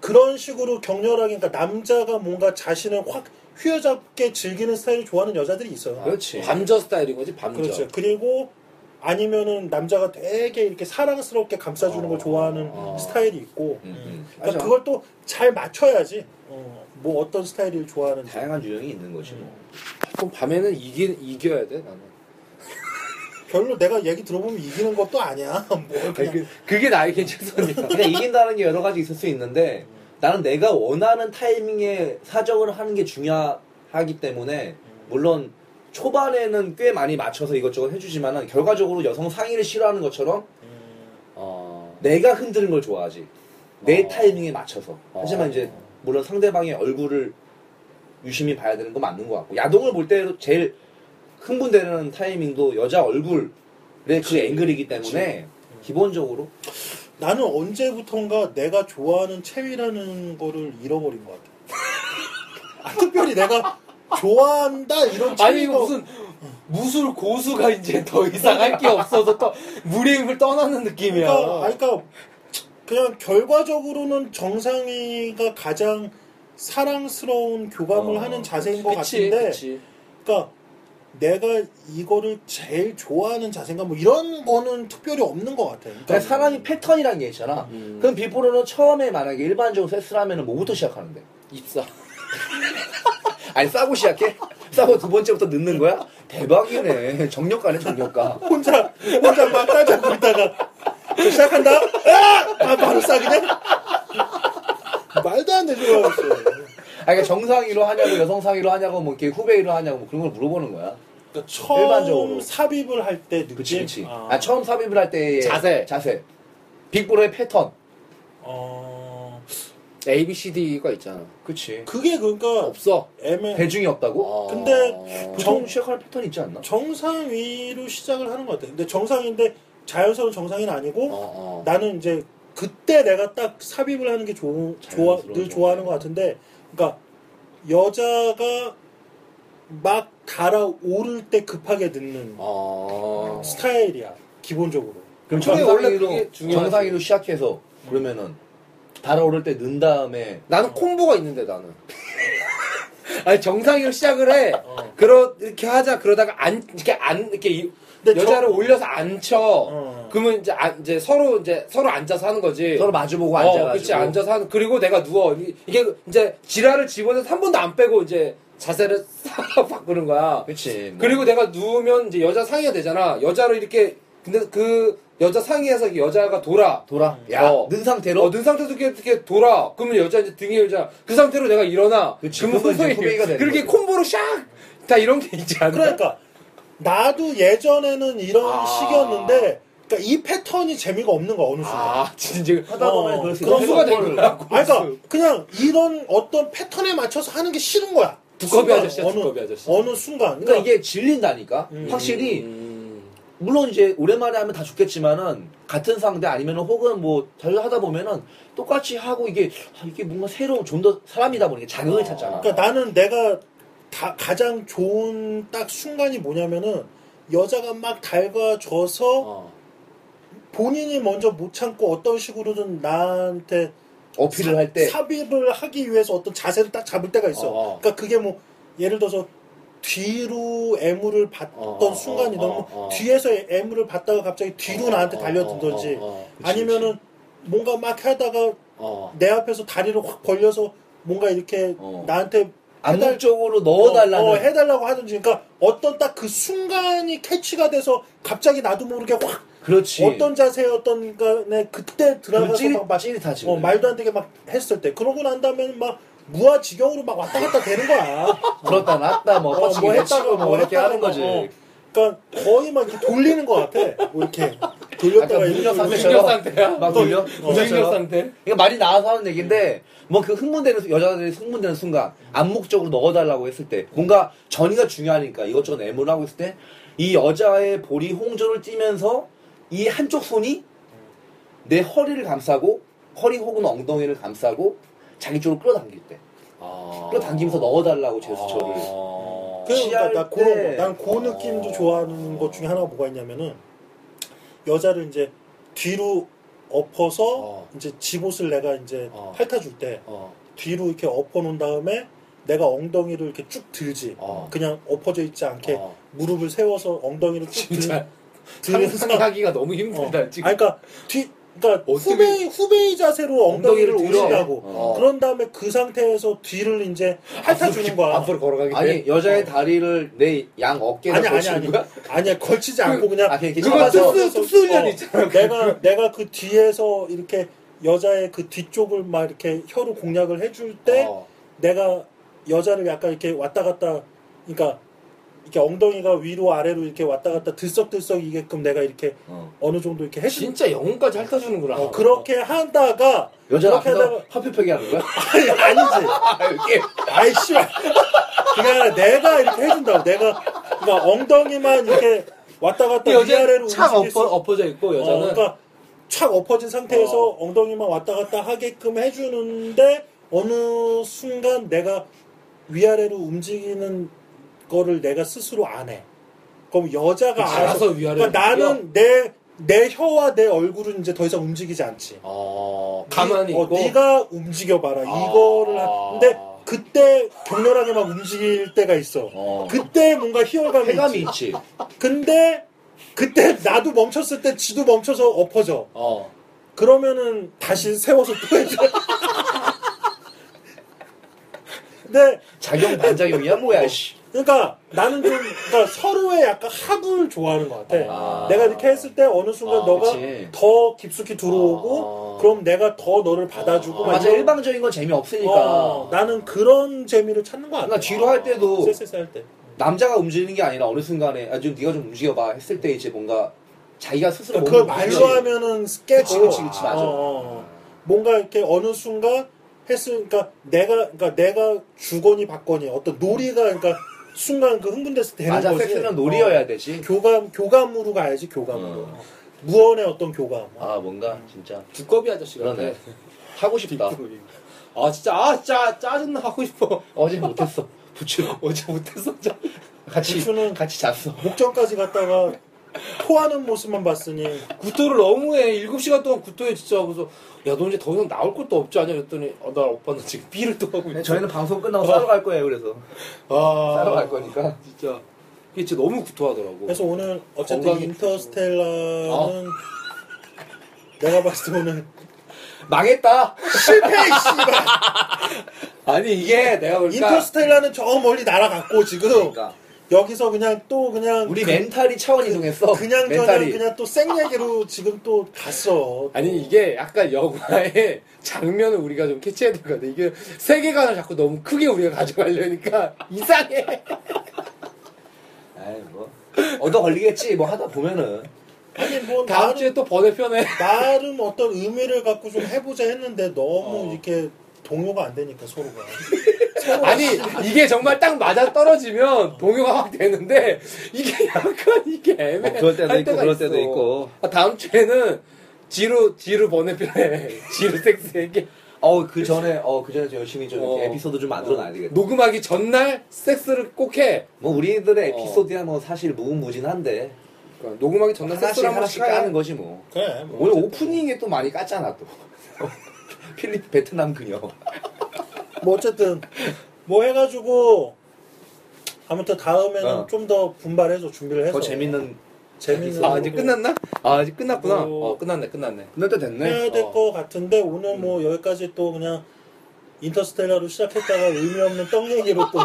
S1: 그런 식으로 격렬하게 그러니까 남자가 뭔가 자신을 확 휘어잡게 즐기는 스타일을 좋아하는 여자들이 있어요.
S2: 그렇지.
S3: 밤저 스타일인 거지 밤저.
S1: 그렇죠. 그리고 아니면은 남자가 되게 이렇게 사랑스럽게 감싸주는 걸 좋아하는
S3: 어.
S1: 스타일이 있고
S2: 음, 음.
S1: 그러니까
S3: 맞아.
S1: 그걸 또 잘 맞춰야지 어, 뭐 어떤 스타일을 좋아하는지
S2: 다양한 유형이 있는 거지. 뭐.
S3: 그럼 밤에는 이기 이겨야 돼 나는.
S1: 별로 내가 얘기 들어보면 이기는 것도 아니야 <laughs> 뭘 그냥
S3: 그게, 그게 나의 개체선이야.
S2: 그러니까 그냥 이긴다는 게 여러 가지 있을 수 있는데 나는 내가 원하는 타이밍에 사정을 하는 게 중요하기 때문에 물론 초반에는 꽤 많이 맞춰서 이것저것 해주지만은 결과적으로 여성 상의를 싫어하는 것처럼
S3: 어.
S2: 내가 흔드는 걸 좋아하지 내
S3: 어.
S2: 타이밍에 맞춰서
S3: 어.
S2: 하지만 이제 물론 상대방의 얼굴을 유심히 봐야 되는 건 맞는 것 같고 야동을 볼 때로 제일 흥분되는 타이밍도 여자 얼굴의 그 앵글이기 때문에 기본적으로
S1: 나는 언제부턴가 내가 좋아하는 체위라는 거를 잃어버린 것 같아. <laughs> 아, 특별히 내가 좋아한다 이런 체위가
S3: 아니 이거 무슨 무술 고수가 이제 <laughs> 더 이상 할 게 없어서 또 물의 힘을 떠나는 느낌이야.
S1: 그러니까, 아니, 그러니까 그냥 결과적으로는 정상이가 가장 사랑스러운 교감을
S3: 어,
S1: 하는 자세인 것
S3: 그치,
S1: 같은데,
S3: 그치.
S1: 그러니까 내가 이거를 제일 좋아하는 자세인가 뭐 이런 거는 특별히 없는 것 같아.
S2: 그러니까
S1: 그러니까
S2: 사람이 패턴이라는 게 있잖아. 그럼 비포로는 처음에 만약에 일반적으로 섹스를 하면은 뭐부터 시작하는데?
S3: 입사.
S2: 아니 싸고 시작해? <laughs> 싸고 두 번째부터 늦는 거야? 대박이네. 정력가네 정력가.
S1: 혼자 혼자 막 따져고 있다가 저 시작한다. 아! 아, 바로 싸그냥 말도 안 되는 거였어.
S2: 아 그러니까 정상위로 하냐고 여성상위로 하냐고 뭐 이렇게 후배위로 하냐고 뭐 그런 걸 물어보는 거야.
S1: 그러니까 처음
S2: 일반적으로.
S1: 삽입을 할 때 느낌.
S2: 그치 그치.
S1: 아,
S2: 아, 처음 삽입을 할 때의
S3: 자세.
S2: 자세. 빅브로의 패턴.
S1: 어,
S3: A B C D가 있잖아.
S2: 그치. 아.
S1: 그게 그러니까
S3: 없어.
S1: 애매.
S2: 대중이 없다고?
S3: 어.
S1: 근데
S2: 보통 시작하는 패턴이 있지 않나?
S1: 정상 위로 시작을 하는 것 같아. 근데 정상인데 자연스러운 정상인 아니고
S3: 어, 어.
S1: 나는 이제 그때 내가 딱 삽입을 하는 게 좋, 좋아
S2: 자연스러운
S1: 늘
S2: 거.
S1: 좋아하는 것 같은데, 그러니까 여자가 막 달아오를 때 급하게 늦는
S2: 아.
S3: 어.
S1: 스타일이야 기본적으로.
S2: 그럼
S3: 그래, 원래
S2: 정상위로 음.
S3: 그게 중요하지.
S2: 정상위로 시작해서 그러면은 달아오를 때 는 다음에
S3: 나는 콤보가 있는데 나는. <laughs> 아니 정상으로 시작을 해. 그러 이렇게 하자 그러다가 안 이렇게 안 이렇게 이-
S1: 근데
S3: 여자를 올려서 앉혀.
S1: 어.
S3: 그러면 이제 안- 이제 서로 이제 서로 앉아서 하는 거지.
S2: 서로 마주보고
S3: 어,
S2: 네. 앉아가지고
S3: 그렇지 앉아서 하는 그리고 내가 누워 이- 이게 이제 지랄을 집어내서 한 번도 안 빼고 이제 자세를 <laughs> 싹 바꾸는 거야.
S2: 그치 뭐.
S3: 그리고 내가 누우면 이제 여자 상의가 되잖아. 여자로 이렇게 근데 그 여자 상의에서 이렇게 여자가 돌아.
S2: 돌아 야,
S3: 어.
S2: 는 상태로
S3: 어, 는 상태에서 이렇게, 이렇게 돌아. 그러면 여자 이제 등에 여자 그 상태로 내가 일어나.
S2: 그치,
S3: 그러면
S2: 그건 이제
S3: 후배
S2: 후배가 되는
S3: 그렇게
S2: 거지.
S3: 콤보로 샥다 이런 게 있지
S2: 아,
S3: 않나?
S1: 그러니까 나도 예전에는 이런
S3: 아.
S1: 식이었는데, 그러니까 이 패턴이 재미가 없는 거야 어느 순간.
S3: 아 진짜
S2: 하다 보면
S1: 어,
S2: 그럴 수
S1: 그런
S3: 수가
S2: 있는
S3: 된
S2: 거를.
S3: 거야.
S1: 아니, 그러니까 그냥 이런 어떤 패턴에 맞춰서 하는 게 싫은 거야.
S3: 두꺼비
S1: 순간,
S3: 아저씨야,
S1: 어느,
S3: 두꺼비 아저씨.
S1: 어느 순간.
S2: 그러니까 이게 질린다니까
S1: 음.
S2: 확실히
S3: 음.
S2: 물론 이제 오랜만에 하면 다 죽겠지만은 같은 상대 아니면 혹은 뭐 자주 하다 보면은 똑같이 하고 이게 아, 이게 뭔가 새로운 좀 더 사람이다 보니까 자극을
S3: 아.
S2: 찾잖아
S1: 그러니까 나는 내가 다- 가장 좋은 딱 순간이 뭐냐면은 여자가 막 달궈져서
S3: 어.
S1: 본인이 먼저 못 참고 어떤 식으로든 나한테
S2: 어필을 할 때
S1: 삽입을 하기 위해서 어떤 자세를 딱 잡을 때가 있어.
S3: 어.
S1: 그러니까 그게 뭐 예를 들어서 뒤로 애무를 받던
S3: 어, 어,
S1: 순간이 너무
S3: 어, 어, 어.
S1: 뒤에서 애무를 받다가 갑자기
S2: 어,
S1: 뒤로 나한테 달려들던지
S3: 어, 어,
S2: 그치,
S1: 아니면은 뭔가 막 하다가
S3: 어, 어.
S1: 내 앞에서 다리를 확 벌려서 뭔가 이렇게
S2: 어.
S1: 나한테
S2: 안달
S1: 해달-
S2: 쪽으로 넣어달라는
S1: 어, 어, 해달라고 하든지 그러니까 어떤 딱 그 순간이 캐치가 돼서 갑자기 나도 모르게 확
S2: 그렇지
S1: 어떤 자세였던 간에 그때
S2: 그리고
S1: 들어가서
S2: 찌릿,
S1: 막, 막
S2: 찌릿하지
S1: 어, 말도 안 되게 막 했을 때 그러고 난 다음에 막 무아지경으로 막 왔다 갔다 되는 <laughs> 거야
S2: 그렇다 놨다 뭐
S1: 어,
S2: 뻗치기
S1: 뭐 했다가
S2: 치고 뭐
S1: 뭐
S2: 이렇게
S1: 했다가
S2: 하는
S1: 뭐,
S2: 거지
S1: 어. 그러니까 거의 막 이렇게 돌리는 것 같아 뭐 이렇게
S2: 아까
S1: 돌렸다가 어,
S2: 무력
S1: 이렇게
S2: 상태처럼
S3: 무력 상태야?
S2: 막 돌려
S3: 무중력 상태.
S2: 그러니까 말이 나와서 하는 얘기인데 뭐 그 흥분되는 수- 여자들이 흥분되는 순간 안목적으로 넣어달라고 했을 때 뭔가 전이가 중요하니까 이것저것 애무를 하고 있을 때 이 여자의 볼이 홍조를 찌면서 이 한쪽 손이 내 허리를 감싸고 허리 혹은 엉덩이를 감싸고 자기 쪽으로 끌어당길 때
S3: 아.
S2: 끌어당기면서 넣어달라고 제스처를.
S3: 아.
S1: 그, 그러니까
S2: 취할
S1: 나 그런
S2: 때-
S1: 거. 난그 느낌도 좋아하는 것 중에 하나가 뭐가 있냐면은 여자를 이제 뒤로 엎어서
S3: 어.
S1: 이제 집옷을 내가 이제
S3: 어.
S1: 핥아줄 때
S3: 어.
S1: 뒤로 이렇게 엎어놓은 다음에 내가 엉덩이를 이렇게 쭉 들지.
S3: 어.
S1: 그냥 엎어져 있지 않게
S3: 어.
S1: 무릎을 세워서 엉덩이를 쭉 들-
S3: 진짜 <laughs>
S1: 들면서
S3: 상상하기가 너무
S1: 어.
S3: 힘들다 지금.
S1: 아니, 그러니까 뒤 그러니까
S3: 어떻게-
S1: 후배 후배의 자세로 엉덩이를
S3: 엉덩이를 들어.
S1: 올리라고.
S3: 어.
S1: 그런 다음에 그 상태에서 뒤를 이제 핥아주는 거야.
S3: 앞으로 걸어가기
S2: 아니 여자의 다리를 내 양 어깨에
S1: 아니 아니
S2: 걸치는
S1: 아니
S2: 거야?
S1: 아니야 걸치지 않고 그냥
S2: 아, 그냥 이렇게
S1: 잡아서-
S7: 뚝스- 뚝스 훈련
S1: 어,
S7: 있잖아.
S1: 내가 내가 그 뒤에서 이렇게 여자의 그 뒤쪽을 막 이렇게 혀로 공략을 해줄 때
S3: 어.
S1: 내가 여자를 약간 이렇게 왔다 갔다 그러니까 이렇게 엉덩이가 위로 아래로 이렇게 왔다 갔다 들썩들썩 이게끔 내가 이렇게
S2: 어.
S1: 어느 정도 이렇게 해주
S3: 진짜 영혼까지 핥아주는구나.
S1: 어, 그렇게 하다가
S2: 여자
S1: 그렇게
S2: 앞에서
S1: 하다가
S2: 화표펴기 하는
S1: <laughs>
S2: 거야?
S1: 아니, 아니지
S3: <laughs>
S1: 아이씨 그냥 내가 이렇게 해준다고 내가 그러니까 엉덩이만 이렇게 왔다 갔다 위아래로
S3: 그 여자는 착
S1: 움직일 수
S3: 엎어, 엎어져 있고
S1: 어,
S3: 여자는
S1: 그러니까 착 엎어진 상태에서 엉덩이만 왔다 갔다 하게끔 해주는데 어느 순간 내가 위아래로 움직이는 거를 내가 스스로 안 해. 그럼 여자가
S3: 그치,
S1: 알아서
S3: 알아서 위아래로
S1: 그러니까 나는 내 내 혀와 내 얼굴은 이제 더 이상 움직이지 않지.
S3: 어, 가만히
S1: 네, 어,
S3: 있고 아.
S1: 네가 움직여봐라. 이거를 하- 근데 그때 격렬하게 막 움직일 때가 있어.
S2: 어.
S1: 그때 뭔가 희열감이
S2: 쾌감이
S1: 있지.
S2: 있지.
S1: 근데 그때 나도 멈췄을 때 지도 멈춰서 엎어져.
S3: 어.
S1: 그러면은 다시 세워서 또 해줘. <laughs> 근데
S2: 작용 반작용이야 뭐야 씨.
S1: 그러니까 나는 좀 그러니까 서로의 약간 합을 좋아하는 것 같아.
S3: 아.
S1: 내가 이렇게 했을 때 어느 순간
S3: 아,
S1: 너가
S2: 그치.
S1: 더 깊숙이 들어오고
S3: 아.
S1: 그럼 내가 더 너를 받아주고
S3: 어,
S1: 막
S2: 맞아
S1: 이런-
S2: 일방적인 건 재미
S1: 어,
S2: 없으니까.
S1: 나는 그런 재미를 찾는 것 같아.
S2: 나 뒤로 할 때도
S1: 쎄쎄쎄 할 때.
S2: 남자가 움직이는 게 아니라 어느 순간에 아, 좀 네가 좀 움직여봐 했을 때 이제 뭔가 자기가 스스로
S1: 그러니까 그걸
S2: 몸을
S1: 말로
S2: 움직이지.
S1: 하면은 깨고
S2: 그치, 그치, 그치, 맞아.
S1: 어, 어. 뭔가 이렇게 어느 순간 했으니까 내가 그러니까 내가 주거니 받거니 어떤 놀이가 그러니까 순간 그 흥분돼서 되는
S2: 맞아
S1: 거지.
S2: 섹스는
S1: 어.
S2: 놀이어야 되지.
S1: 교감 교감으로 가야지 교감으로.
S2: 어.
S1: 무언의 어떤 교감.
S2: 아 뭔가 진짜
S3: 두꺼비 아저씨 같아. <laughs>
S2: 그러네. 하고 싶다.
S3: 아 진짜 아 짜, 짜증나 하고 싶어.
S2: 어제 못했어. 부추
S3: 어제 못했어. 짜.
S2: 같이
S1: 부추는-
S2: 같이 잤어.
S1: 목전까지 갔다가 토하는 모습만 봤으니
S3: 구토를 너무 해. 7시간 동안 구토해 진짜 하고서 야 너 이제 더 이상 나올 것도 없지 않냐 그랬더니 어, 나 오빠는 지금 삐를 또 하고 있어.
S2: 네, 저희는 방송 끝나고 싸러 갈 거예요. 그래서
S3: 아,
S2: 어. 싸러 갈 거니까.
S3: 진짜 이게 진짜 너무 구토하더라고.
S1: 그래서 오늘 어쨌든
S3: 건강이
S1: 인터스텔라는
S3: 어.
S2: 아.
S1: 내가 봤을 때 오늘
S2: 망했다.
S3: 아니 이게 내가 그러니까
S1: 인터스텔라는 저 멀리 날아갔고 지금
S2: 그러니까
S1: 여기서 그냥 또 그냥
S2: 우리 멘탈이 차원 이동했어.
S1: 그냥 저냥
S2: 멘탈이.
S1: 그냥 또 생 얘기로 지금 또 갔어.
S3: 아니 이게 약간 영화의 <laughs> 장면을 우리가 좀 캐치해야 될 것 같아. 이게 세계관을 자꾸 너무 크게 우리가 가져가려니까 <laughs> 이상해.
S2: 아이 뭐 얻어 걸리겠지. 뭐 하다 보면은
S1: 아니 뭐
S3: 다음
S1: 나름,
S3: 주에 또 번외편에
S1: 나름 어떤 의미를 갖고 좀 해보자 했는데
S2: 어.
S1: 너무 이렇게 동요가 안 되니까 서로가.
S3: 아니 이게 정말 딱 맞아 떨어지면 동요가 확 되는데 이게 약간 이게 애매.
S2: 뭐 그럴 때도
S3: 할
S2: 있고
S3: 때가
S2: 그럴 때도
S3: 있어.
S2: 있고.
S3: 아, 다음 주에는 지루 지루 번외편에 <laughs> 지루 섹스 얘기.
S2: 어우 그 전에 어그 전에 좀 열심히 좀 이렇게
S3: 어.
S2: 에피소드 좀 만들어 놔야 되겠다.
S3: 녹음하기 전날 섹스를 꼭 해.
S2: 뭐 우리들의
S3: 어.
S2: 에피소드야 뭐 사실 무궁무진한데
S3: 그러니까 녹음하기 전날
S2: 하나씩
S3: 섹스를 한 번씩
S2: 하나씩 까는
S3: 하는 거.
S2: 거지 뭐.
S1: 그래. 뭐.
S2: 오늘 오프닝에 또 많이 깠잖아 또. <laughs> 필립 베트남 그녀.
S1: 뭐 어쨌든 뭐 해가지고 아무튼 다음에는
S2: 어.
S1: 좀 더 분발해서 준비를 해서
S2: 더 재밌는
S1: 재밌는
S3: 아 이제
S1: 걸로
S3: 끝났나? 아 이제 끝났구나.
S1: 뭐-
S3: 어 끝났네 끝났네. 어. 음.
S2: 끝날 때 됐네. 어.
S1: 해야 될 것 같은데 오늘 뭐 여기까지 또 그냥 인터스텔라로 시작했다가 의미 없는 떡 얘기로
S3: <laughs>
S1: 또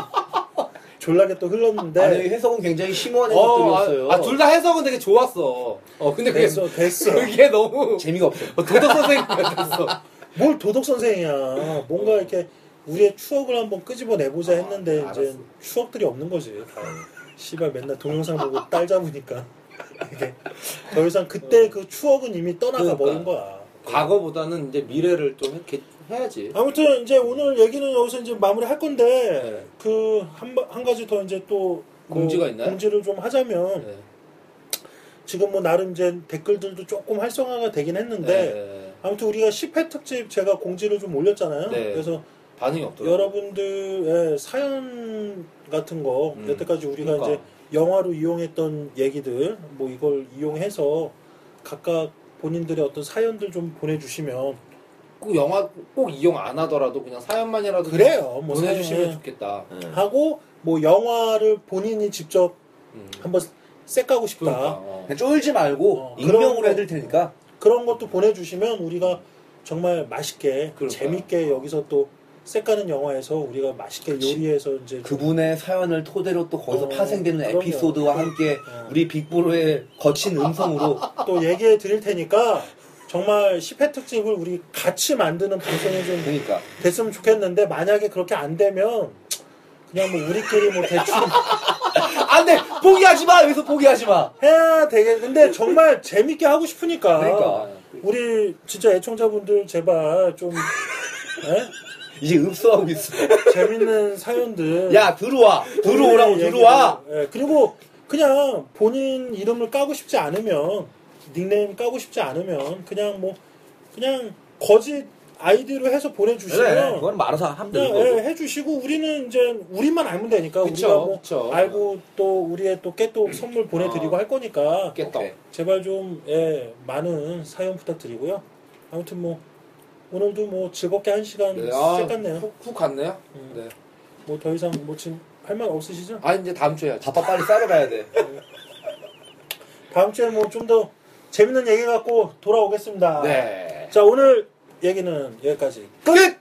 S1: 졸라게 또 흘렀는데
S2: 아니 해석은 굉장히 심오한 해석 들렸어요.
S3: 어, 아, 둘 다 해석은 되게 좋았어. 어, 근데 그게,
S1: 됐어 됐어
S3: <laughs> 그게 너무
S2: 재미가 없어.
S3: 어, 도덕 선생님 같았어.
S1: 뭘 도덕 선생이야 뭔가 이렇게 우리의 추억을 한번 끄집어 내보자 했는데
S3: 아,
S1: 이제
S3: 알았어.
S1: 추억들이 없는 거지 다. 씨발 맨날 동영상 보고 딸 잡으니까 <laughs> 이게 더 이상 그때 그 추억은 이미 떠나가 버린
S3: 그러니까.
S1: 거야.
S3: 과거보다는 이제 미래를 좀 이렇게 해야지.
S1: 아무튼 이제 오늘 얘기는 여기서 이제 마무리할 건데 그 한 한 가지 더 이제 또
S3: 공지가
S1: 그
S3: 있나요?
S1: 공지를 좀 하자면
S3: 네.
S1: 지금 뭐 나름 이제 댓글들도 조금 활성화가 되긴 했는데
S3: 네.
S1: 아무튼 우리가 10회 특집 제가 공지를 좀 올렸잖아요.
S3: 네.
S1: 그래서
S4: 반응이 없더라고요.
S1: 여러분들의 사연 같은 거
S4: 음,
S1: 여태까지 우리가
S4: 그러니까.
S1: 이제 영화로 이용했던 얘기들 뭐 이걸 이용해서 각각 본인들의 어떤 사연들 좀 보내주시면
S4: 꼭 영화 꼭 이용 안 하더라도 그냥 사연만이라도
S1: 그래요. 뭐
S4: 보내주시면
S1: 사연은.
S4: 좋겠다.
S1: 하고 뭐 영화를 본인이 직접
S4: 음.
S1: 한번 색가고 싶다
S4: 그러니까, 어.
S2: 그냥 쫄지 말고
S1: 어, 그런
S2: 익명으로
S1: 거-
S2: 해드릴 테니까
S1: 그런 것도 보내주시면 우리가 정말 맛있게
S4: 그러니까요.
S1: 재밌게 여기서 또 색가는 영화에서 우리가 맛있게 요리해서 이제
S2: 그분의 사연을 토대로 또 거기서
S1: 어,
S2: 파생되는
S1: 그럼요.
S2: 에피소드와 함께
S1: 어.
S2: 우리 빅브로의 거친 음성으로
S1: 또 얘기해 드릴 테니까 정말 10회 특집을 우리 같이 만드는 방송이 좀
S2: 그러니까
S1: 됐으면 좋겠는데 만약에 그렇게 안 되면 그냥 뭐 우리끼리 뭐
S4: <laughs>
S1: 대충
S2: 안돼 포기하지 마 여기서 포기하지 마
S1: 해야 되겠 근데 정말 재밌게 하고 싶으니까
S2: 그러니까.
S1: 우리 진짜 애청자분들 제발 좀 예?
S2: 이제 읍소하고 있어
S1: 재밌는 사연들
S2: 야 들어와 들어오라고
S1: 본인의
S2: 들어와
S1: 얘기를, 예, 그리고 그냥 본인 이름을 까고 싶지 않으면 닉네임 까고 싶지 않으면 그냥 뭐 그냥 거짓 아이디로 해서 보내주시면
S2: 그래 그건 말아서 하면
S1: 네,
S2: 되는 거고
S1: 네, 해주시고 우리는 이제 우리만 알면 되니까
S4: 그쵸,
S1: 우리가 뭐
S4: 그쵸.
S1: 알고 또 우리의 또 깨똑 선물 보내드리고
S2: 아.
S1: 할 거니까
S4: 깨떡.
S2: 오케이.
S1: 제발 좀 예, 많은 사연 부탁드리고요. 아무튼 뭐 오늘도 뭐 즐겁게 한 음, 시간
S4: 네, 아,
S1: 씻갔네요.
S4: 훅, 훅 갔네요.
S1: 음.
S4: 네.
S1: 뭐 더 이상 뭐 지금 할 말 없으시죠?
S4: 아 이제 다음 주에
S2: 바빠 빨리 싸러 가야 돼
S1: 다음 주에 뭐 좀 더 재밌는 얘기 갖고 돌아오겠습니다.
S4: 네.
S1: 자 오늘 얘기는 여기까지.
S4: 끝.